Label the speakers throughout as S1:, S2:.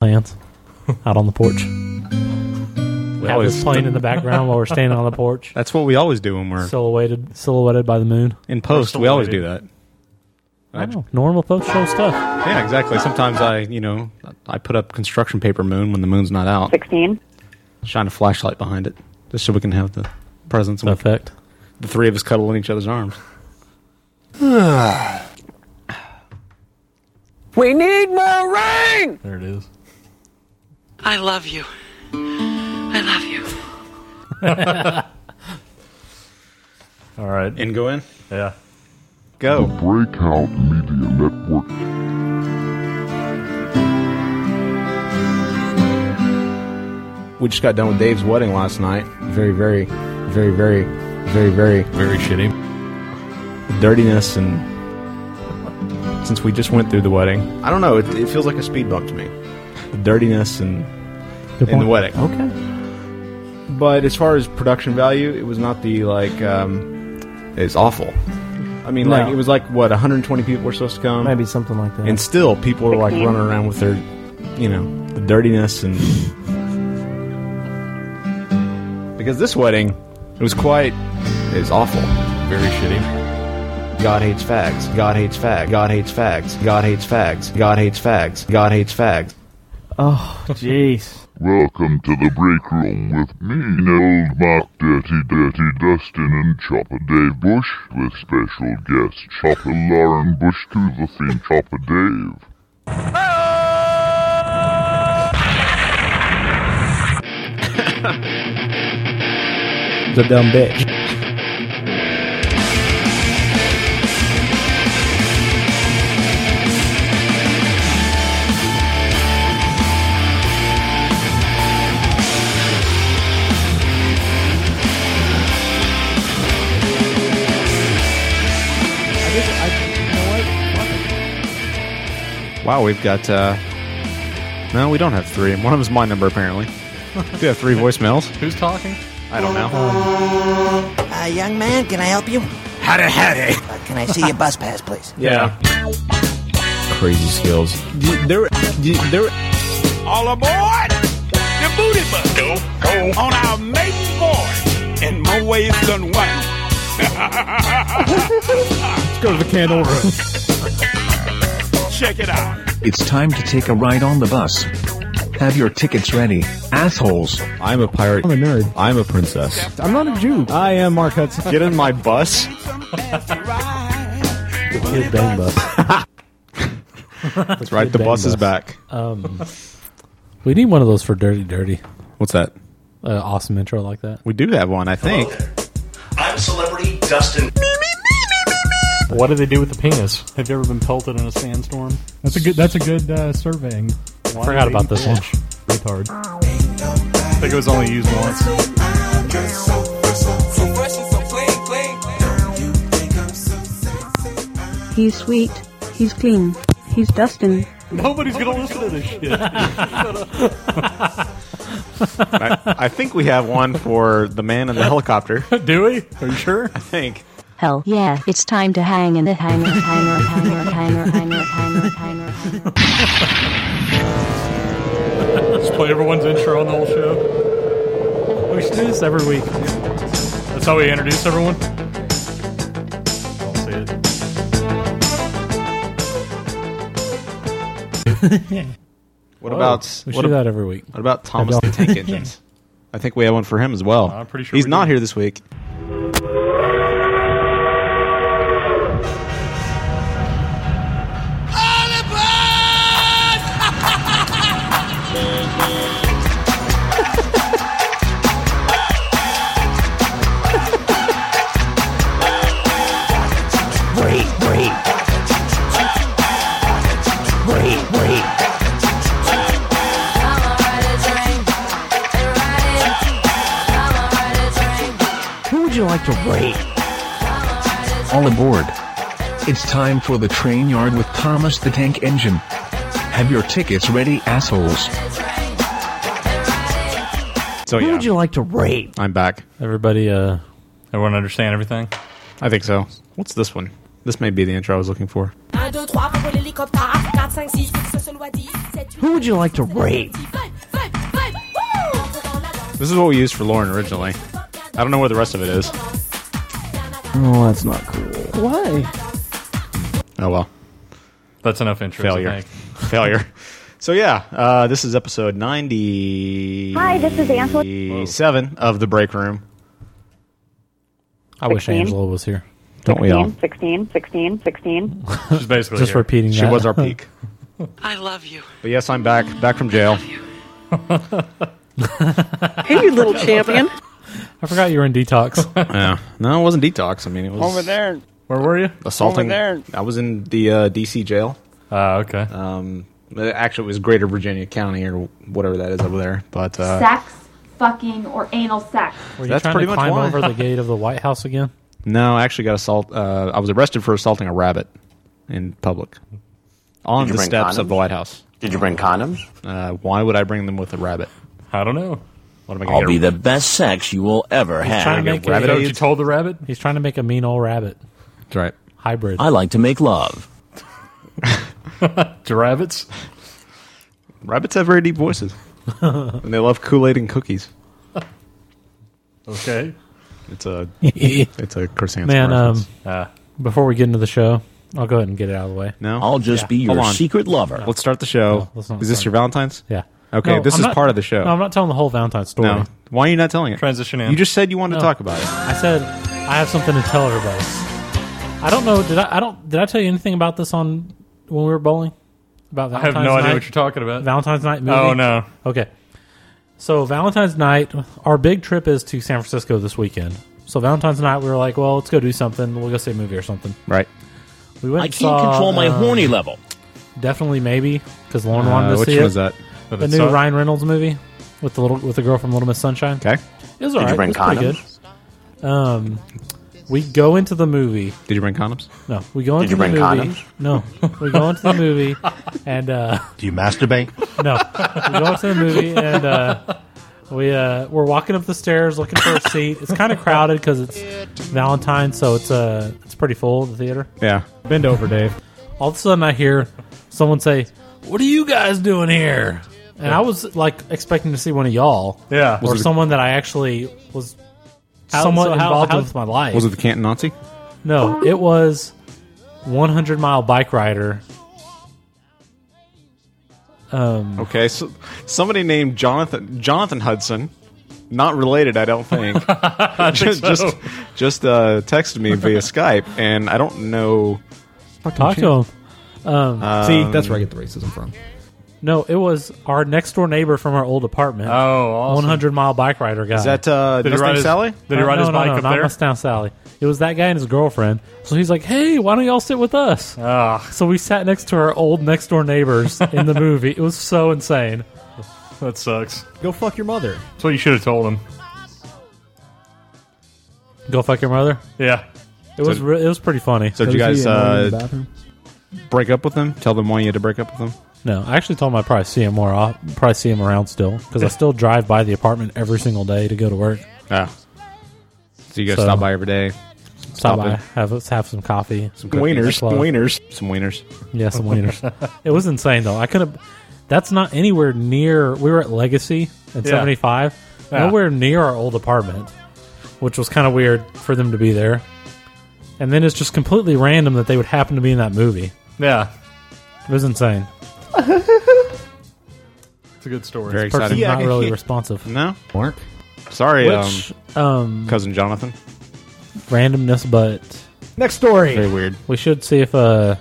S1: plants out on the porch.
S2: We
S1: Have this
S2: always,
S1: plane in the background while we're standing on the porch,
S3: That's what we always do when we're
S1: silhouetted silhouetted by the moon.
S3: in post. We always do that. I
S1: Oh, normal post show stuff.
S3: Yeah, exactly. Sometimes I, you know, I put up construction paper moon when the moon's not out.
S4: 16.
S3: Shine a flashlight behind it just so we can have the presence. And we-
S1: Effect.
S3: the three of us cuddle in each other's arms.
S5: We need more rain!
S2: there it is.
S6: I love you. I love you.
S2: All right.
S3: And go in.
S2: Yeah.
S3: Go.
S7: Breakout Media Network.
S8: We just got done with Dave's wedding last night. Very, very, very, very, very, very
S2: Very shitty.
S8: dirtiness and since we just went through the wedding, I don't know. It, it feels like a speed bump to me. The dirtiness and Oh,
S1: Good
S8: in the
S1: point.
S8: wedding.
S1: Okay.
S8: But as far as production value, it was not the like. Um, it's awful. I mean, like
S1: No.
S8: it was like what 120 people were supposed to come,
S1: Maybe something like that.
S8: and still people were like
S4: Sixteen.
S8: running around with their, you know, the dirtiness and. because this wedding, it was quite. It's awful.
S2: Very shitty.
S8: God hates fags. God hates fags. God hates fags. God hates fags. God hates fags. God hates fags.
S1: oh, jeez.
S7: Welcome to the break room with me, old Mark Dirty Dirty Dustin and Chopper Dave Bush, with special guest Chopper Lauren Bush to the theme Chopper Dave.
S8: The dumb bitch.
S3: Wow, we've got. uh No, we don't have three. One of them's my number apparently. we have three voicemails.
S2: Who's talking?
S3: I don't know.
S9: Uh, young man, can I help you?
S8: Howdy, howdy.
S9: Uh, can I see your bus pass, please?
S8: Yeah. Crazy skills. They're, they're
S10: All aboard the booty bus. Go, go. On our maiden voyage in more ways than one.
S8: go to the candle room.
S10: Check it out.
S5: It's time to take a ride on the bus. Have your tickets ready, assholes.
S8: I'm a pirate. I'm a nerd. I'm a princess. I'm not a Jew. I am Mark Hudson. Get in my bus.
S1: Good bang bus.
S3: That's right. The bus is back.
S1: We need one of those for Dirty Dirty.
S3: What's that?
S1: Uh, awesome intro like that.
S3: We do have one, I think.
S8: Oh.
S5: I'm celebrity Dustin.
S2: What do they do with the penis? Have you ever been pelted in a sandstorm?
S11: That's a good. That's a good uh, surveying.
S2: Why
S1: Forgot
S2: do they
S1: about
S2: eat
S1: this
S2: that?
S1: one.
S2: Retard. I think it was only used once.
S4: He's sweet. He's clean. He's Dustin.
S2: Nobody's gonna listen to this shit.
S3: I, I think we have one for the man in the helicopter. I
S2: do we? Are you sure?
S3: think.
S6: Hell yeah, it's time to hang in the hanger, hanger, hanger, hanger, hanger, hanger, hanger.
S2: Just play everyone's intro on the whole show.
S1: We should do this every week.
S2: That's how we introduce everyone. I'll say it.
S3: What
S8: Oh,
S3: about
S1: We should
S3: what,
S1: do
S3: ab-
S1: that every week.
S3: what about Thomas the
S1: Adele.
S3: Tank Engines? I think we have one for him as well.
S2: I'm pretty sure
S3: he's
S2: we
S3: not
S2: do.
S3: here this week.
S5: Who would you like to rate? All aboard. It's time for the train yard with Thomas the Tank Engine. Have your tickets ready, assholes.
S3: So yeah,
S5: like to rate?
S3: I'm back.
S1: Everybody, uh,
S2: Everyone understand everything?
S3: I think so. What's this one? This may be the intro I was looking for.
S6: Un, deux, trois, pour l'hélicoptère.
S12: Who would you like to rape?
S3: This is what we used for Lauren originally. I don't know where the rest of it is.
S12: Oh, that's not cool. Why?
S3: Oh well.
S2: That's enough interest. I
S3: Failure. Failure. So yeah, uh, this is episode ninety.
S6: Hi, this is Angela.
S3: Seven of the break room.
S1: I wish
S6: Sixteen.
S1: Angela was here.
S3: Don't we all?
S6: 16, 16, 16.
S2: She's basically
S1: Just
S2: here.
S1: repeating
S3: She
S1: that.
S3: was our peak.
S6: I love you.
S3: But yes, I'm back. Back from jail.
S12: Hey, you little champion.
S1: I forgot you were in detox.
S3: yeah. No, it wasn't detox. I mean, it was
S12: Over there.
S2: Where were you?
S3: assaulting.
S12: Over there.
S3: I was in the uh, DC jail.
S2: Oh, okay.
S3: Um, actually, it was Greater Virginia County or whatever that is over there. But uh,
S13: sex, fucking, or anal sex.
S1: Were you
S3: That's
S1: trying
S3: pretty
S1: to
S3: much
S1: climb
S3: why.
S1: over the gate of the White House again?
S3: No, I actually got assault. Uh, I was arrested for assaulting a rabbit in public on
S1: Did you
S3: the
S1: bring
S3: steps of the
S1: condoms?
S3: White House. Did you bring condoms? Uh, why would I bring them with a rabbit?
S2: I don't know. What am I
S1: I'll be the
S3: best sex you will ever
S1: He's trying to make a,
S2: rabbit you told the rabbit.
S1: He's trying to make a mean old rabbit.
S3: That's right.
S1: Hybrid.
S14: I like to make love.
S2: Do rabbits?
S3: Rabbits have very deep voices, and they love Kool Aid and cookies.
S2: Okay.
S3: It's a it's a Chris Hansen
S1: Man, um,
S3: reference.
S2: Uh,
S1: before we get into the show, I'll go ahead and get it out of the way.
S3: no,
S1: Yeah.
S3: Hold on. Let's start the show.
S1: No, let's not
S3: is this
S1: start
S3: your Valentine's?
S1: Yeah.
S3: Okay,
S1: No,
S3: this
S1: I'm
S3: is
S1: not-
S3: part of the show.
S1: No, I'm not telling the whole Valentine's story.
S3: No. Why are you not telling it?
S2: Transition
S3: You just said you wanted
S1: No.
S3: to talk about it.
S1: I said I have something to tell everybody. I don't know. Did I? I don't. Did I tell you anything about this on when we were bowling? About
S2: I have
S1: Valentine's
S2: no idea
S1: night?
S2: what you're talking about.
S1: Valentine's night movie.
S2: Oh, no.
S1: Okay. So Valentine's night, our big trip is to San Francisco this weekend. So Valentine's night, we were like, well, let's go do something. We'll go see a movie or something.
S3: Right.
S1: We went.
S14: I
S1: and
S14: can't
S1: saw,
S14: control my
S1: uh,
S14: horny level.
S1: Definitely, maybe because Lauren wanted
S3: Uh,
S1: to
S3: which
S1: see
S3: one
S1: it.
S3: was that?
S1: The,
S3: That it
S1: new
S3: sucked?
S1: Ryan Reynolds movie with the little with the girl from Little Miss Sunshine.
S3: Okay,
S1: it
S3: Did
S1: was
S3: you
S1: alright.
S3: bring
S1: it was pretty
S3: condoms?
S1: good. Um, we go into the movie.
S3: Did you bring condoms?
S1: No, we go
S3: Did
S1: into
S3: you
S1: the
S3: bring
S1: movie. No, we go into the movie and uh,
S15: Do you masturbate?
S1: no, we go into the movie and uh, we uh, we're walking up the stairs looking for a seat. It's kind of crowded because it's Valentine's, so it's uh it's pretty full the theater.
S3: Yeah.
S1: bend over, Dave. All of a sudden, I hear someone say, "What are you guys doing here?" And I was like expecting to see one of y'all,
S2: Yeah. Was
S1: or
S2: it a-
S1: someone that I actually was
S2: How-
S1: somewhat
S2: so how-
S1: involved
S2: how-
S1: with my life.
S3: Was it the Canton Nazi?
S1: No, it was 100 mile bike rider. Um,
S3: Okay, so somebody named Jonathan Jonathan Hudson, not related, I don't think.
S2: think
S3: just,
S2: so.
S3: just just uh, texted me via Skype, and I don't know.
S1: talk to him. Um,
S15: See, that's where I get the racism from.
S1: No, it was our next door neighbor from our old apartment. Oh,
S2: awesome.
S1: 100 mile bike rider guy.
S3: Is that, uh, Did he ride Mustang his- Sally?
S2: did he
S1: Uh,
S2: ride
S1: no,
S2: his
S1: no,
S2: bike
S1: no,
S2: up
S1: not
S2: there?
S1: Mustang Sally. It was that guy and his girlfriend. So he's like, "Hey, why don't y'all sit with us?"
S2: Uh. ah,
S1: So we sat next to our old next door neighbors in the movie. It was so insane.
S2: That sucks.
S15: Go fuck your mother.
S2: That's what you should have told him.
S1: Go fuck your mother.
S2: Yeah.
S1: It was re- it was pretty funny.
S3: So did you guys uh, break up with them? Tell them why you had to break up with them?
S1: No, I actually told him I probably see him more. Off, probably see him around still because I still drive by the apartment every single day to go to work.
S3: Ah. So you guys
S1: So-
S3: stop by every day.
S1: Stop by,
S3: in.
S1: have us have some coffee, some
S3: cookies. Wieners, wieners. some wieners.
S1: yeah, some wieners. it was insane though. I could have. That's not anywhere near. We were at Legacy in
S2: Yeah.
S1: '75,
S2: Yeah.
S1: nowhere near our old apartment, which was kind of weird for them to be there. And then it's just completely random that they would happen to be in that movie.
S2: Yeah.
S1: It was insane.
S2: It's a good story.
S1: Very This person's exciting. not really responsive.
S3: No, weren't. Sorry,
S1: Which, um,
S3: cousin Jonathan.
S1: Randomness, but
S15: Next story.
S3: Very weird.
S1: We should see if uh,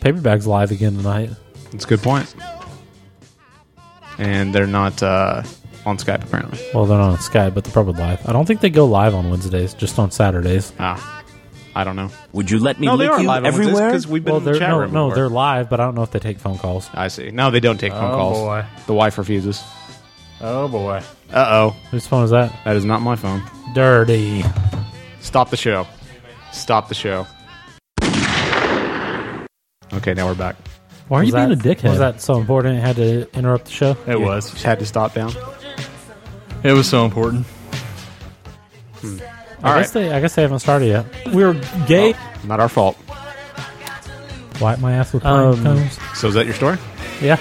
S1: Paperbag's live again tonight.
S3: That's a good point. And they're not uh, on Skype apparently.
S1: Well, they're not on Skype, but they're probably live. I don't think they go live on Wednesdays, just on Saturdays.
S3: Ah, I don't know.
S14: Would you let me
S3: No, they
S14: lick
S3: are
S14: you
S3: live on Wednesdays
S14: everywhere?
S3: 'cause we've been
S1: well,
S3: in the
S1: they're,
S3: chat
S1: no,
S3: room
S1: no,
S3: before.
S1: they're live, but I don't know if they take phone calls.
S3: I see. No, they don't take phone
S1: Oh,
S3: calls.
S1: boy.
S3: The wife refuses.
S2: Oh boy.
S3: Uh oh.
S1: Whose phone is that?
S3: That is not my phone.
S1: Dirty.
S3: Stop the show. Stop the show. Okay, now we're back.
S1: Why are
S3: Was
S1: you being a
S3: that-
S1: dickhead?
S3: was
S1: Was that so important? It had to interrupt the show.
S2: It was.
S3: had to stop down.
S2: It was so important.
S1: I guess they. I guess they haven't started yet. We were gay.
S3: Not our fault.
S1: Oh, Wipe my ass with pine
S3: Um,
S1: cones.
S3: So is that your story?
S1: Yeah.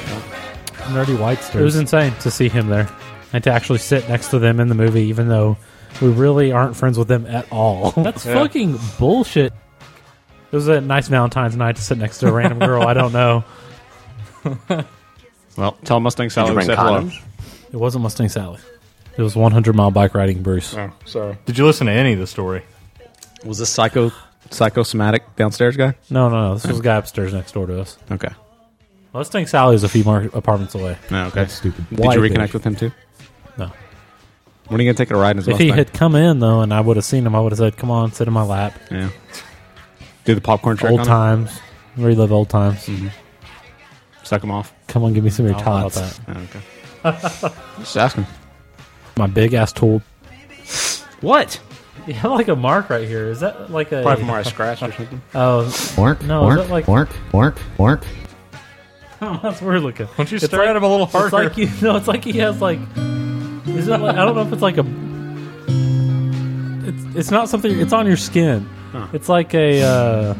S11: Nerdy Whitester.
S1: It was insane to see him there and to actually sit next to them in the movie, even though we really aren't friends with them at all.
S14: That's fucking
S1: bullshit. It was a nice Valentine's night to sit next to a random girl I don't know.
S3: Well, tell Mustang Sally we said hello.
S1: It wasn't Mustang Sally. It was 100 mile bike riding, Bruce.
S2: Oh, sorry.
S1: Did you listen to any of the story?
S3: Was this psycho psychosomatic downstairs guy?
S1: No, no, no. This was a guy upstairs next door to us.
S3: Okay.
S1: Mustang Sally is a few more apartments away.
S3: No, Oh, okay.
S1: That's stupid.
S3: Did
S1: Why
S3: you
S1: did-
S3: reconnect with him too?
S1: No.
S3: When are you gonna take a ride in his
S1: If he
S3: Mustang?
S1: had come in though, and I would have seen him, I would have said, "Come on, sit in my lap."
S3: Yeah. Do the popcorn trick
S1: Old
S3: on him? Mm-hmm.
S1: times, relive old times.
S3: Suck him off.
S1: Come on, give me some of your
S3: I don't know about
S1: tots.
S3: that. Okay. Just asking.
S1: My big ass tool.
S3: What?
S1: You have like a mark right here. Is that like a
S3: Probably from where I scratched or something.
S1: Oh,
S9: Work,
S1: No, is
S9: work,
S1: that like
S9: work, work, work.
S1: that's weird looking. Why
S2: don't you stare at him a little
S1: It's
S2: harder?
S1: like you no, it's like he has like. Is it like, I don't know if it's like a. It's it's not something. It's on your skin. It's like a uh,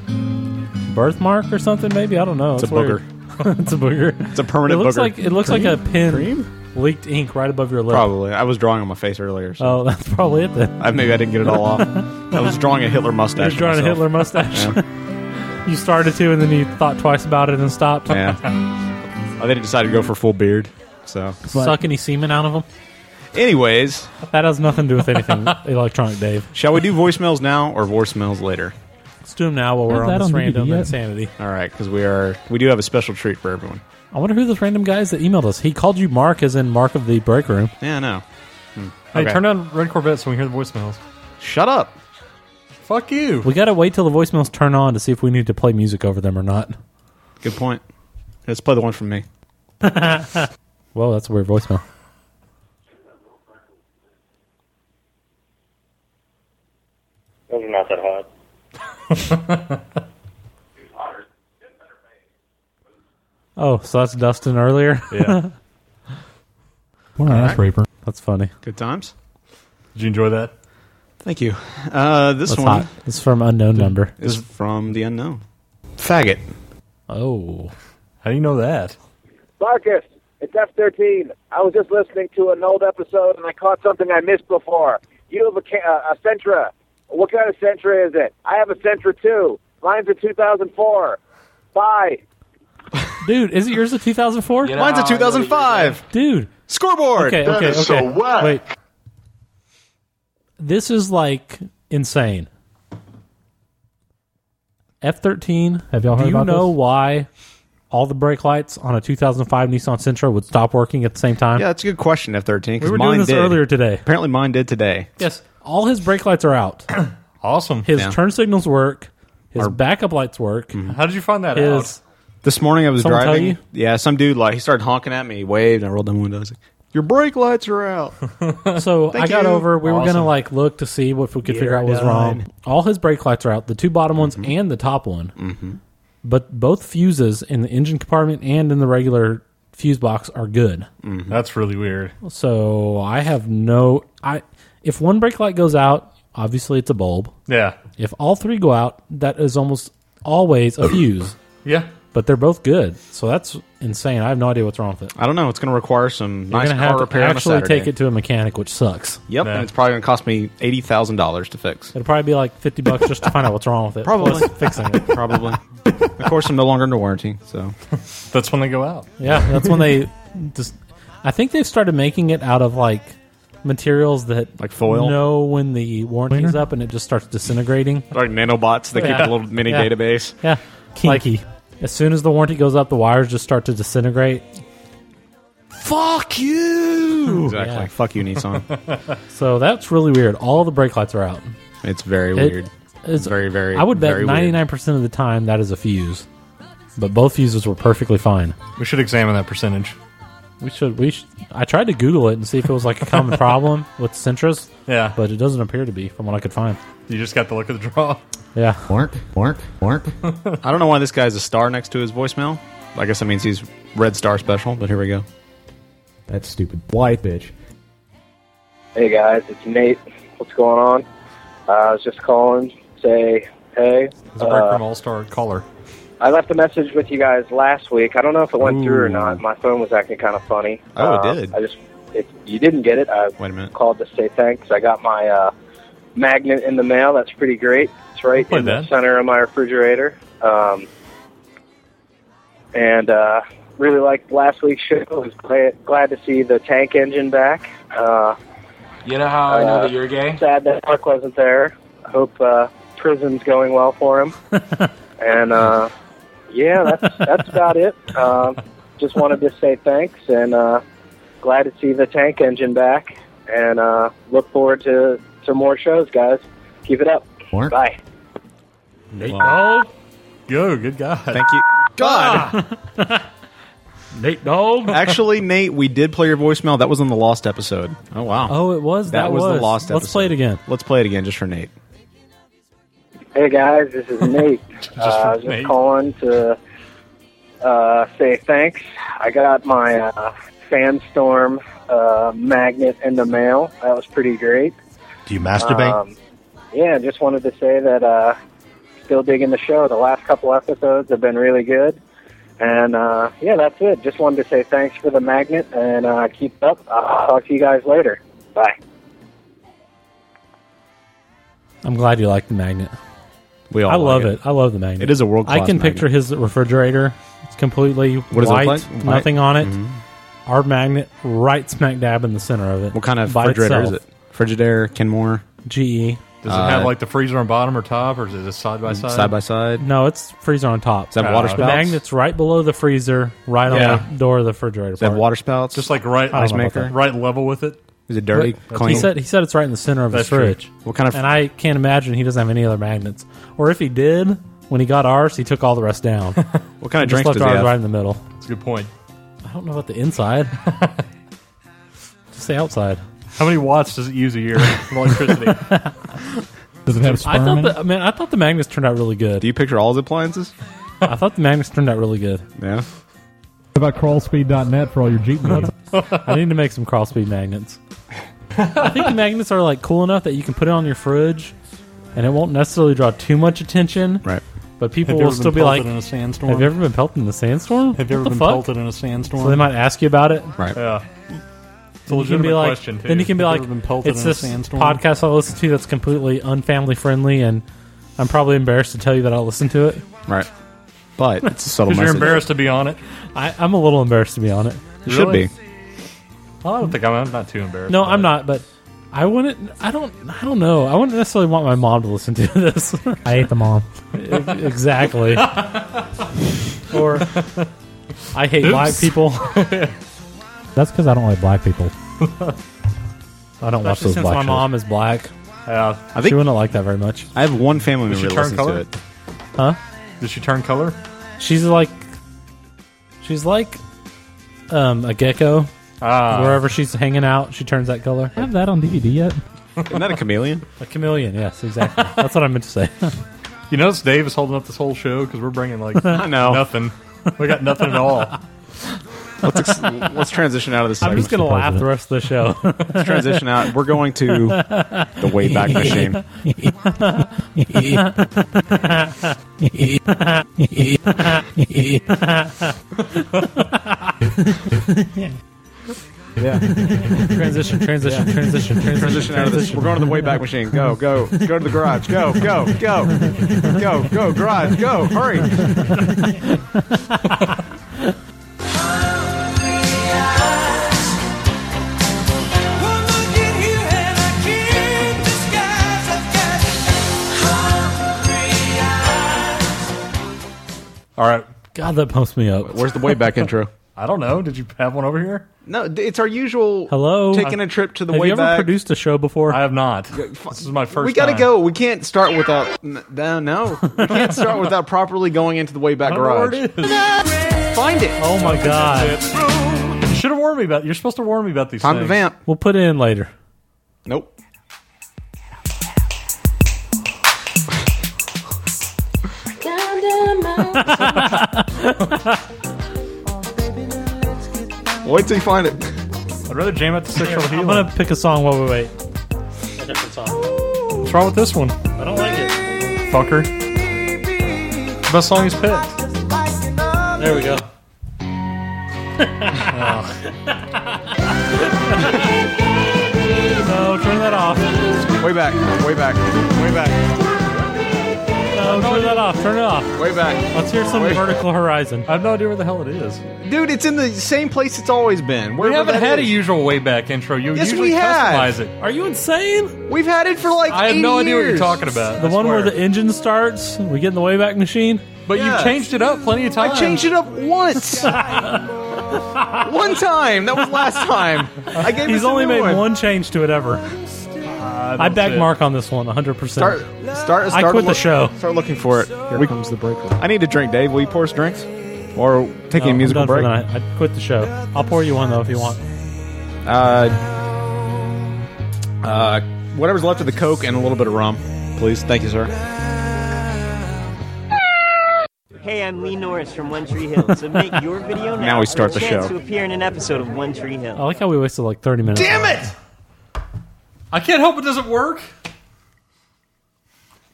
S1: birthmark or something. Maybe I don't know.
S3: It's a
S1: weird. it's a booger.
S3: It's a permanent
S1: It looks
S3: booger.
S1: like it looks like a pin leaked ink right above your lip.
S3: Probably. I was drawing on my face earlier. So.
S1: Oh, that's probably it then.
S3: I, maybe I didn't get it all off. I was drawing a Hitler mustache.
S1: You're drawing a Hitler mustache. you started to, and then you thought twice about it and stopped.
S3: Yeah. I then decided to go for full beard. So
S1: Suck any semen out of them.
S3: Anyways,
S1: that has nothing to do with anything electronic, Dave.
S3: Shall we do voicemails now or voicemails later?
S1: Let's do them now while we're
S3: Have that
S1: on this
S3: on DVD
S1: random
S3: yet?
S1: insanity.
S3: All right, because we are we do have a special treat for everyone.
S1: I wonder who this random guy is that emailed us. He called you Mark, as in Mark of the break room.
S3: Yeah, I know. Hmm.
S2: Hey,
S3: Okay.
S2: turn on Red Corvette so we can hear the voicemails.
S3: Shut up.
S2: Fuck you.
S1: We gotta wait till the voicemails turn on to see if we need to play music over them or not.
S3: Good point. Let's play the one from me.
S1: Well, that's a weird voicemail.
S16: Those are not that hot.
S1: Oh, so that's Dustin earlier.
S2: Yeah.
S1: what
S3: an ass
S1: raper. That's funny.
S3: Good times.
S2: Did you enjoy that?
S3: Thank you. Uh, this
S1: That's
S3: one
S1: hot. It's from unknown number.
S3: is from the unknown. Faggot.
S1: Oh.
S2: How do you know that?
S17: Marcus, it's F13. I was just listening to an old episode and I caught something I missed before. You have a, ca- uh, a Sentra. What kind of Sentra is it? I have a Sentra too. Mine's a 2004. Bye.
S1: Dude, is it yours a 2004?
S17: You know Mine's a how I know
S3: 2005.
S1: Dude.
S3: Scoreboard.
S1: Ah, Okay,
S3: That
S1: okay,
S3: is
S1: okay.
S3: so whack.
S1: Wait. This is like insane. F13.
S11: Have y'all
S1: Do
S11: heard
S1: you
S11: about
S1: know why all the brake lights on a 2005 Nissan Sentra would stop working at the same time?
S3: Yeah, that's a good question. F thirteen.
S1: We were doing this earlier today.
S3: Apparently, mine did today.
S1: Yes. All his brake lights are out.
S2: awesome.
S1: His
S3: Yeah. Mm-hmm.
S1: turn signals work. His backup lights work.
S2: How did you find that
S1: His-
S3: This morning I was
S1: Someone tell
S3: driving.
S1: you?
S3: Yeah, some dude like he started honking at me. He waved. And I rolled down the window. I was like, "Your brake lights are out."
S1: so I
S3: Thank
S1: got
S3: you.
S1: over. We were
S3: Awesome.
S1: gonna like look to see what we could figure out was
S3: You're
S1: wrong.
S3: done.
S1: All his brake lights are out. The two bottom ones
S3: Mm-hmm.
S1: and the top one.
S3: Mhm.
S1: But both fuses in the engine compartment and in the regular fuse box are good.
S3: Mm.
S2: Mm-hmm. That's really weird.
S1: So I have no. I if one brake light goes out, obviously it's a bulb.
S2: Yeah.
S1: If all three go out, that is almost always a fuse.
S2: Yeah.
S1: But they're both good, so that's insane. I have no idea what's wrong with it.
S3: I don't know. It's going to require some
S1: You're
S3: nice
S1: gonna
S3: car
S1: have to
S3: repair. on
S1: actually
S3: a Saturday.
S1: take it to a mechanic, which sucks.
S3: Yep, and it's probably going to cost me eighty thousand dollars to fix.
S1: It'll probably be like fifty bucks just to find out what's wrong with it.
S3: Probably.
S1: plus fixing it.
S3: Probably. of course, I'm no longer under warranty, so
S2: that's when they go out.
S1: Yeah, that's when they just. I think they've started making it out of like materials that like
S3: foil?
S1: know when the warranty's
S3: Cleaner?
S1: up and it just starts disintegrating.
S3: like nanobots. They
S1: Yeah.
S3: keep a little mini
S1: Yeah.
S3: database.
S1: Yeah, kinky. as soon as the warranty goes up, the wires just start to disintegrate.
S3: Fuck you. Exactly.
S1: Yeah.
S3: Fuck you, Nissan.
S1: So that's really weird. All the brake lights are out.
S3: It's very
S1: It
S3: weird.
S1: is-
S3: very, very.
S1: I would bet
S3: very
S1: ninety nine percent of the time that is a fuse, but both fuses were perfectly fine.
S2: We should examine that percentage.
S1: We should. We. Should, I tried to Google it and see if it was like a common problem with Sentras.
S2: Yeah.
S1: but it doesn't appear to be from what I could find.
S2: You just got the look of the draw.
S1: Yeah.
S3: Work, work, work. I don't know why this guy's a star next to his voicemail. I guess that means he's red star special. But here we go.
S15: That's stupid. White bitch.
S18: Hey guys, it's Nate. What's going on? Uh, I was just calling to say, hey,
S2: It's a break
S18: uh,
S2: from All Star caller.
S18: I left a message with you guys last week. I don't know if it went through or not. My phone was acting kind of funny.
S3: Oh, it
S18: Uh,
S3: did.
S18: I just if you didn't get it, I
S3: Wait a minute.
S18: called to say thanks. I got my uh, magnet in the mail. That's pretty great. It's right
S3: Play
S18: in the
S3: that.
S18: center of my refrigerator. Um, and uh, really liked last week's show. I was glad, glad to see the tank engine back. Uh,
S14: You know how I know
S18: uh,
S14: that you're gay?
S18: Sad that Mark wasn't there. I hope uh, prison's going well for him. and uh, yeah, that's that's about it. Um, just wanted to say thanks and uh, glad to see the tank engine back. And uh, look forward to to more shows, guys. Keep it up.
S3: Mark?
S18: Bye.
S2: Dog. Yo, good God. Thank
S3: you.
S2: God. Nate Dog.
S3: Actually, Nate, we did play your voicemail. That was on the Lost episode. Oh wow.
S1: Oh, it was.
S3: That,
S1: That
S3: was, the
S1: was.
S3: Lost episode.
S1: Let's play it again.
S3: Let's play it again just for Nate.
S18: Hey guys, this is Nate. uh, I was just calling to uh, say thanks. I got my uh, Sandstorm uh, magnet in the mail. That was pretty great.
S9: Do you masturbate?
S18: Um, yeah, just wanted to say that uh, still digging the show. The last couple episodes have been really good. And uh, yeah, that's it. Just wanted to say thanks for the magnet and uh, keep it up. I'll talk to you guys later. Bye.
S1: I'm glad you like the magnet.
S3: We all
S1: I
S3: Oh, like
S1: love
S3: it.
S1: it. I love the magnet.
S3: It is a world-class
S1: I can
S3: magnet.
S1: picture his refrigerator. It's completely
S3: does it
S1: white,
S3: look like? White? Mm-hmm.
S1: nothing on it. Our magnet right smack dab in the center of it. What
S3: kind of refrigerator is it? Frigidaire, Kenmore,
S1: GE.
S2: Does it have like the freezer on bottom or top, or is it just side by
S1: Uh,
S2: side?
S3: side?
S1: No, it's freezer on top.
S2: Does it have water
S1: The
S2: spouts?
S1: magnet's right below the freezer, right
S2: Yeah.
S1: on the door of the refrigerator.
S2: Does it have
S1: part.
S3: water spouts?
S2: Just like right,
S1: I don't know about that.
S2: right level with it.
S3: Is it dirty?
S1: But He said he said it's right in the center of
S2: That's
S1: his fridge.
S2: true. What kind of-
S1: And I can't imagine he doesn't have any other magnets. Or if he did, when he got ours, he took all the rest down.
S3: what kind of
S1: just
S3: drinks
S1: left
S3: does he
S1: ours
S3: have?
S1: right in the middle.
S2: That's a good point.
S1: I don't know about the inside. just the outside.
S2: How many watts does it use a year of electricity?
S1: Does
S2: it have
S1: I
S2: sperm
S1: thought
S2: in
S1: the, man, I thought the magnets turned out really good. Do
S3: you picture all his appliances?
S1: I thought the magnets turned out really good.
S3: Yeah.
S11: What about crawlspeed.net for all your Jeep needs?
S1: I need to make some cross speed magnets. I think the magnets are like cool enough that you can put it on your fridge, and it won't necessarily draw too much attention.
S3: Right.
S1: But people
S2: Have you
S1: will
S2: ever
S1: still
S2: been
S1: be like,
S2: pelted in a sandstorm?
S1: "Have you ever been pelted in a sandstorm?
S2: Have you
S1: What
S2: ever
S1: the
S2: been
S1: fuck?"
S2: pelted in a sandstorm?
S1: So they might ask you about it.
S3: Right.
S2: Yeah. It's a
S1: Then you can be
S2: legitimate
S1: like,
S2: question, too.
S1: Then you can be
S2: Have you
S1: like,
S2: ever been pelted
S1: it's
S2: in a
S1: this
S2: sandstorm?"
S1: podcast I listen to that's completely unfamily friendly, and I'm probably embarrassed to tell you that I listen to it.
S3: Right. But it's a subtle
S2: 'Cause you're
S3: message.
S2: embarrassed to be on it.
S1: I, I'm a little embarrassed to be on it.
S3: You should be.
S2: Well, I don't think I'm, I'm not too embarrassed.
S1: No, I'm not. But I wouldn't. I don't. I don't know. I wouldn't necessarily want my mom to listen to this. E-,
S11: I hate the mom.
S1: exactly. or I hate
S11: Oops.
S1: black people.
S11: That's because I don't like black people.
S1: I don't watch
S11: Especially
S1: those
S11: since
S1: black
S11: my
S1: shows.
S11: mom
S1: is black.
S2: Yeah,
S1: I think she wouldn't like that very much.
S3: I have one family
S2: Does she
S3: member that
S2: turn
S3: listens
S2: color?
S3: to it.
S1: Huh?
S2: Did she turn color?
S1: She's like, she's like, um, a gecko.
S2: Ah.
S1: Wherever she's hanging out, she turns that color.
S11: have that on DVD yet?
S3: Isn't that a chameleon?
S1: A chameleon. Yes, exactly. That's what I meant to say.
S2: You notice Dave is holding up this whole show because we're bringing like
S1: I know.
S2: nothing. We got nothing at all.
S3: Let's, ex- let's transition out of this.
S1: I'm just
S3: segment.
S1: gonna laugh the rest of the show.
S3: Let's transition out. We're going to the Wayback Machine.
S1: Yeah. Transition, transition,
S3: Yeah.
S1: transition, transition,
S3: transition out of this.
S1: transition.
S3: We're going to the Wayback Machine. Go, go, go to the garage. Go, go, go, go, go, garage. Go, hurry.
S2: All right.
S1: God, that pumps me up.
S3: Where's the Wayback intro?
S2: I don't know. Did you have one over here?
S3: No, d- it's our usual.
S1: Hello.
S3: Taking a trip to the
S1: Have you ever
S3: Wayback.
S1: produced a show before? I
S2: have not. This is my first.
S3: we gotta
S2: time.
S3: go. We can't start without. n- No, no, we can't start without properly going into the Wayback
S2: I don't know
S3: Garage.
S2: where it
S3: Find it.
S1: Oh my god.
S2: You should have warned me about. You're supposed to warn me about these.
S1: Time
S2: things.
S1: to vamp. We'll put it in later.
S3: Nope. Wait till you find it.
S2: I'd rather jam at the sexual
S1: I'm
S2: healing.
S1: gonna pick a song while we wait. A different song.
S2: What's wrong with this one?
S1: I don't like it.
S2: Fucker. Best song he's picked. There we go.
S1: No, turn that off.
S3: Way back. Way back. Way back.
S1: No, turn that off. Turn it off.
S3: Way back.
S1: Let's hear some vertical horizon. I have no idea where the hell it is.
S3: Dude, it's in the same place it's always been. Wherever
S2: we haven't
S3: that
S2: had
S3: is.
S2: a usual way back intro. You
S3: Yes,
S2: usually
S3: we have.
S2: customize it. Are you insane?
S3: We've had it for like
S2: I have
S3: 80
S2: no idea what you're
S3: years.
S2: talking about.
S1: The one where the engine starts, we get in the Wayback Machine.
S2: But you've changed it up plenty of
S3: I
S2: times.
S3: changed it up once. one time. That was last time. I gave
S1: He's
S3: us a
S1: only
S3: new
S1: made
S3: one.
S1: change to it ever. I back Mark on this one 100%.
S3: Start, start, start
S1: I quit the
S3: look-
S1: show.
S3: Start looking for it.
S1: Here comes the break.
S3: I need a drink, Dave. Will you pour us drinks? Or take
S1: No,
S3: a
S1: I'm
S3: musical
S1: done for
S3: break?
S1: the night. I quit the show. I'll pour you one though if you want.
S3: Uh, uh, whatever's left of the Coke and a little bit of rum, please. Thank you, sir.
S14: Hey, I'm Lee Norris from One Tree Hill. Submit your video now.
S1: Now we start
S14: for a
S1: the
S14: chance
S1: show.
S14: To appear in an episode of One Tree Hill.
S1: I like how we wasted like 30 minutes.
S2: it! I can't help it doesn't work.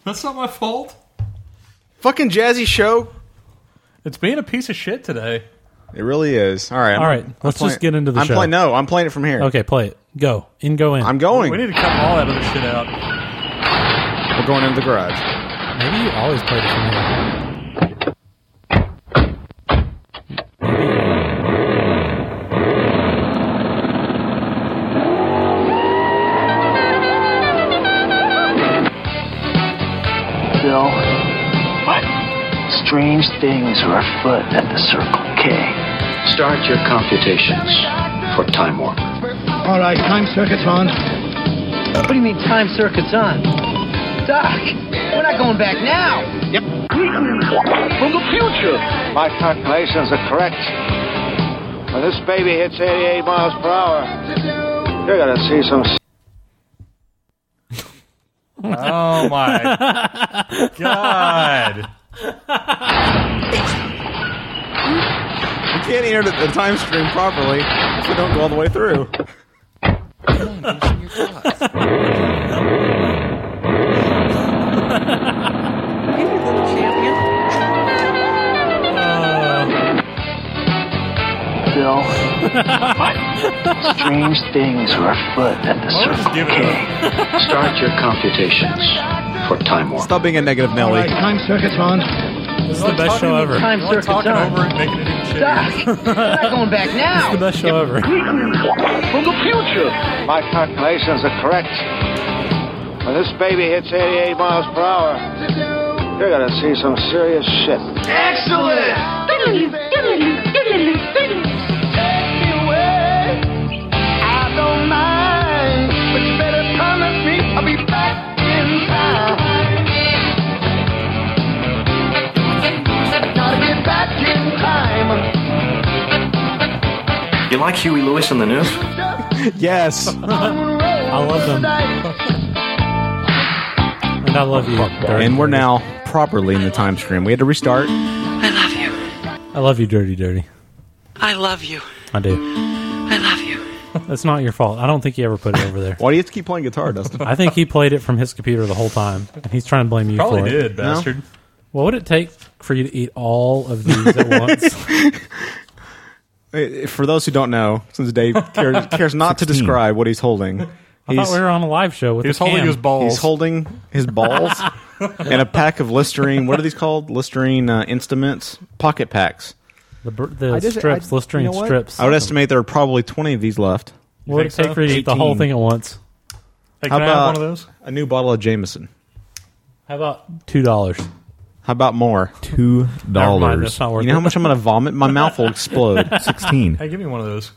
S2: That's not my fault.
S3: Fucking jazzy show.
S2: It's being a piece of shit today.
S3: It really is. All right.
S1: All right, let's just get into the
S3: I'm
S1: show.
S3: playing. No, I'm playing it from here.
S1: Okay, play it. Go. In, go in.
S3: I'm going.
S2: We need to cut all that other shit out.
S3: We're going into the garage.
S1: Maybe you always played it from here.
S9: Bill, what? Strange things are afoot at the Circle K. Start your computations for Time Warp.
S19: All right, time circuit's on.
S9: What do you mean time circuit's on?
S19: Doc, we're not going back now. Yep. From the future.
S17: My calculations are correct. When this baby hits 88 miles per hour, you're gonna see some. s-
S2: Oh my god!
S3: You can't hear the, the time stream properly if you don't go all the way through.
S9: Bill, what? Strange things are afoot at the Circle K. Start your computations for Time Warp.
S3: Stop being a negative
S19: All
S3: Nelly.
S19: right, time circuit's on.
S1: This is the best show ever.
S19: Time circuit's on. Doc, we're not going back now.
S1: It's the best show ever.
S19: From the future.
S17: My calculations are correct. When this baby hits 88 miles per hour, you're gonna see some serious shit.
S20: You like Huey Lewis in the news?
S3: yes.
S1: I love them. And I love you.
S3: And we're now properly in the time stream. We had to restart.
S6: I love you.
S1: I love you, Dirty Dirty.
S6: I love you.
S1: I do.
S6: I love you.
S1: That's not your fault. I don't think you ever put it over there.
S3: Why do you have to keep playing guitar, Dustin?
S1: I think he played it from his computer the whole time, and he's trying to blame you
S2: Probably
S1: for it.
S2: did, bastard.
S1: What would it take for you to eat all of these at once?
S3: Eh, For those who don't know, since Dave cares, cares not to
S1: 16.
S3: describe what he's holding,
S1: I thought we were on a live show with. a cam.
S3: He's holding his balls and a pack of Listerine. What are these called? Listerine uh, instruments, pocket packs.
S1: The, br- the strips, Listerine strips.
S3: I would estimate there are probably twenty of these left.
S1: What would it take for you to eat the whole thing at once?
S2: Hey,
S3: How
S2: can I have
S3: about
S2: one of those?
S3: a new bottle of Jameson?
S1: How about two dollars?
S3: How about more? Two
S1: Never mind, that's not worth
S3: You know how
S1: it.
S3: much I'm going to vomit? My mouth will explode.
S2: Hey, give me one of those.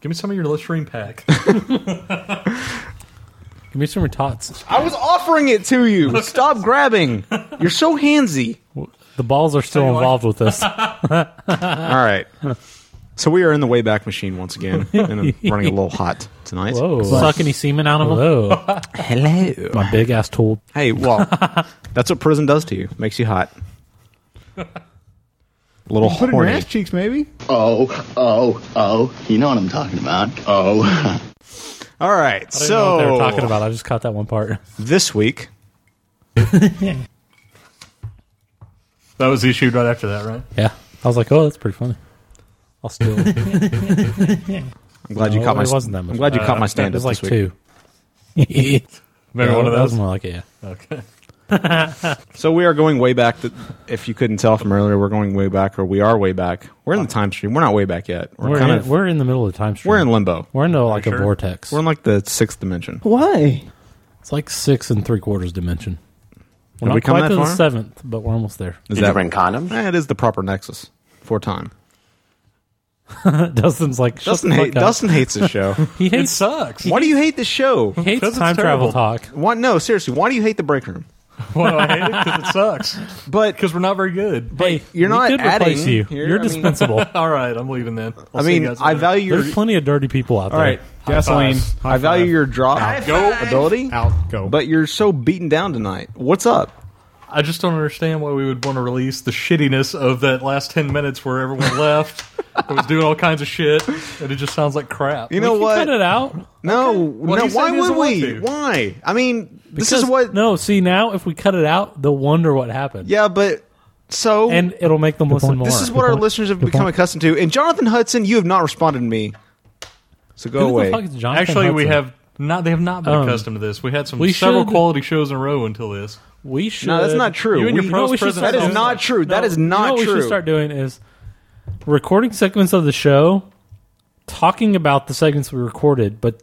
S2: Give me some of your Listerine pack.
S1: Give me some of your tots.
S3: I was offering it to you. Stop grabbing. You're so handsy.
S1: The balls are still involved with this. All Ah.
S3: right. So we are in the Wayback Machine once again, and I'm running a little hot tonight.
S1: Whoa. Suck any semen out of them? Hello.
S3: Hello.
S1: My big ass tool.
S3: Hey, well, that's what prison does to you. Makes you hot. A little
S21: Put it in your
S3: horny.
S21: ass cheeks, maybe. Oh, oh, oh. You know what I'm talking about. Oh.
S3: All right.
S1: I don't even know what they
S3: so-
S1: were talking about. I just caught that one part.
S3: This week,
S2: That was issued right after that, right?
S1: Yeah. I was like, oh, that's pretty funny. I'll still.
S3: I'm glad you
S1: No,
S3: caught my.
S1: it wasn't that much.
S3: I'm glad you
S1: Uh,
S3: caught my
S1: it
S3: stand up
S1: was like
S3: this week.
S1: Maybe
S3: Yeah,
S1: one of
S3: that was
S1: those.
S3: more
S1: More
S3: like
S1: like
S3: it,
S1: yeah. Okay.
S3: So we are going way back. That if you couldn't tell from earlier, we're going way back, or we are way back. We're in the time stream. We're not way back yet. We're,
S1: We're
S3: kind
S1: in-
S3: of
S1: we're in the middle of the time stream.
S3: We're in limbo.
S1: We're in a, like a vortex.
S3: We're in like the sixth dimension.
S1: Why? It's like six and three quarters dimension.
S3: Have
S1: We're not
S3: we come
S1: quite
S3: that
S1: to the
S3: far?
S1: seventh, but we're almost there.
S3: Is that bring condoms? Eh, it is the proper nexus for time.
S1: Dustin's like shut
S3: Dustin,
S1: the
S3: hate,
S1: fuck up.
S3: Dustin hates the show.
S1: he hates
S2: sucks.
S3: Why do you hate the show? He
S1: hates 'Cause it's time terrible. travel talk.
S3: Why, no, seriously. Why do you hate the break room?
S2: Why do I hate it? Because it sucks.
S3: But
S2: because we're not very good.
S3: But you're
S2: we
S3: not
S2: could
S3: adding
S2: replace you.
S3: here.
S1: You're
S3: I mean-
S1: dispensable.
S2: All right, I'm leaving then. I'll
S3: I
S2: see you
S3: mean,
S2: guys
S3: I
S2: later.
S3: value your
S1: There's plenty of dirty people out
S3: All
S1: there.
S3: right, gasoline. I value your drop go ability.
S2: Out go.
S3: But you're so beaten down tonight. What's up?
S2: I just don't understand why we would want to release the shittiness of that last ten minutes where everyone left, who was doing all kinds of shit, and it just sounds like crap.
S3: You know what?
S1: out.
S3: No,
S2: Well,
S3: no.
S2: he said
S3: Why
S2: he doesn't
S3: would
S2: want
S3: we?
S2: to.
S3: Why? I mean, this is
S1: Because-
S3: what.
S1: No, see now if we cut it out, they'll wonder what happened.
S3: Yeah, but so
S1: and it'll make them listen more.
S3: This is what our listeners have become accustomed to. And Jonathan Hudson, you have not responded to me. So go
S2: Who the
S3: away.
S2: fuck is Jonathan Actually, we Hudson? have not. They have not been accustomed to this. We had some
S3: we
S2: several
S3: should-
S2: quality shows in a row until this.
S1: We
S3: No, that's not true.
S2: You and your
S3: We-
S2: pros
S3: no, we should
S2: president-
S3: start- That is not true. That is not
S1: you know what We
S3: true.
S1: should start doing is recording segments of the show, talking about the segments we recorded, but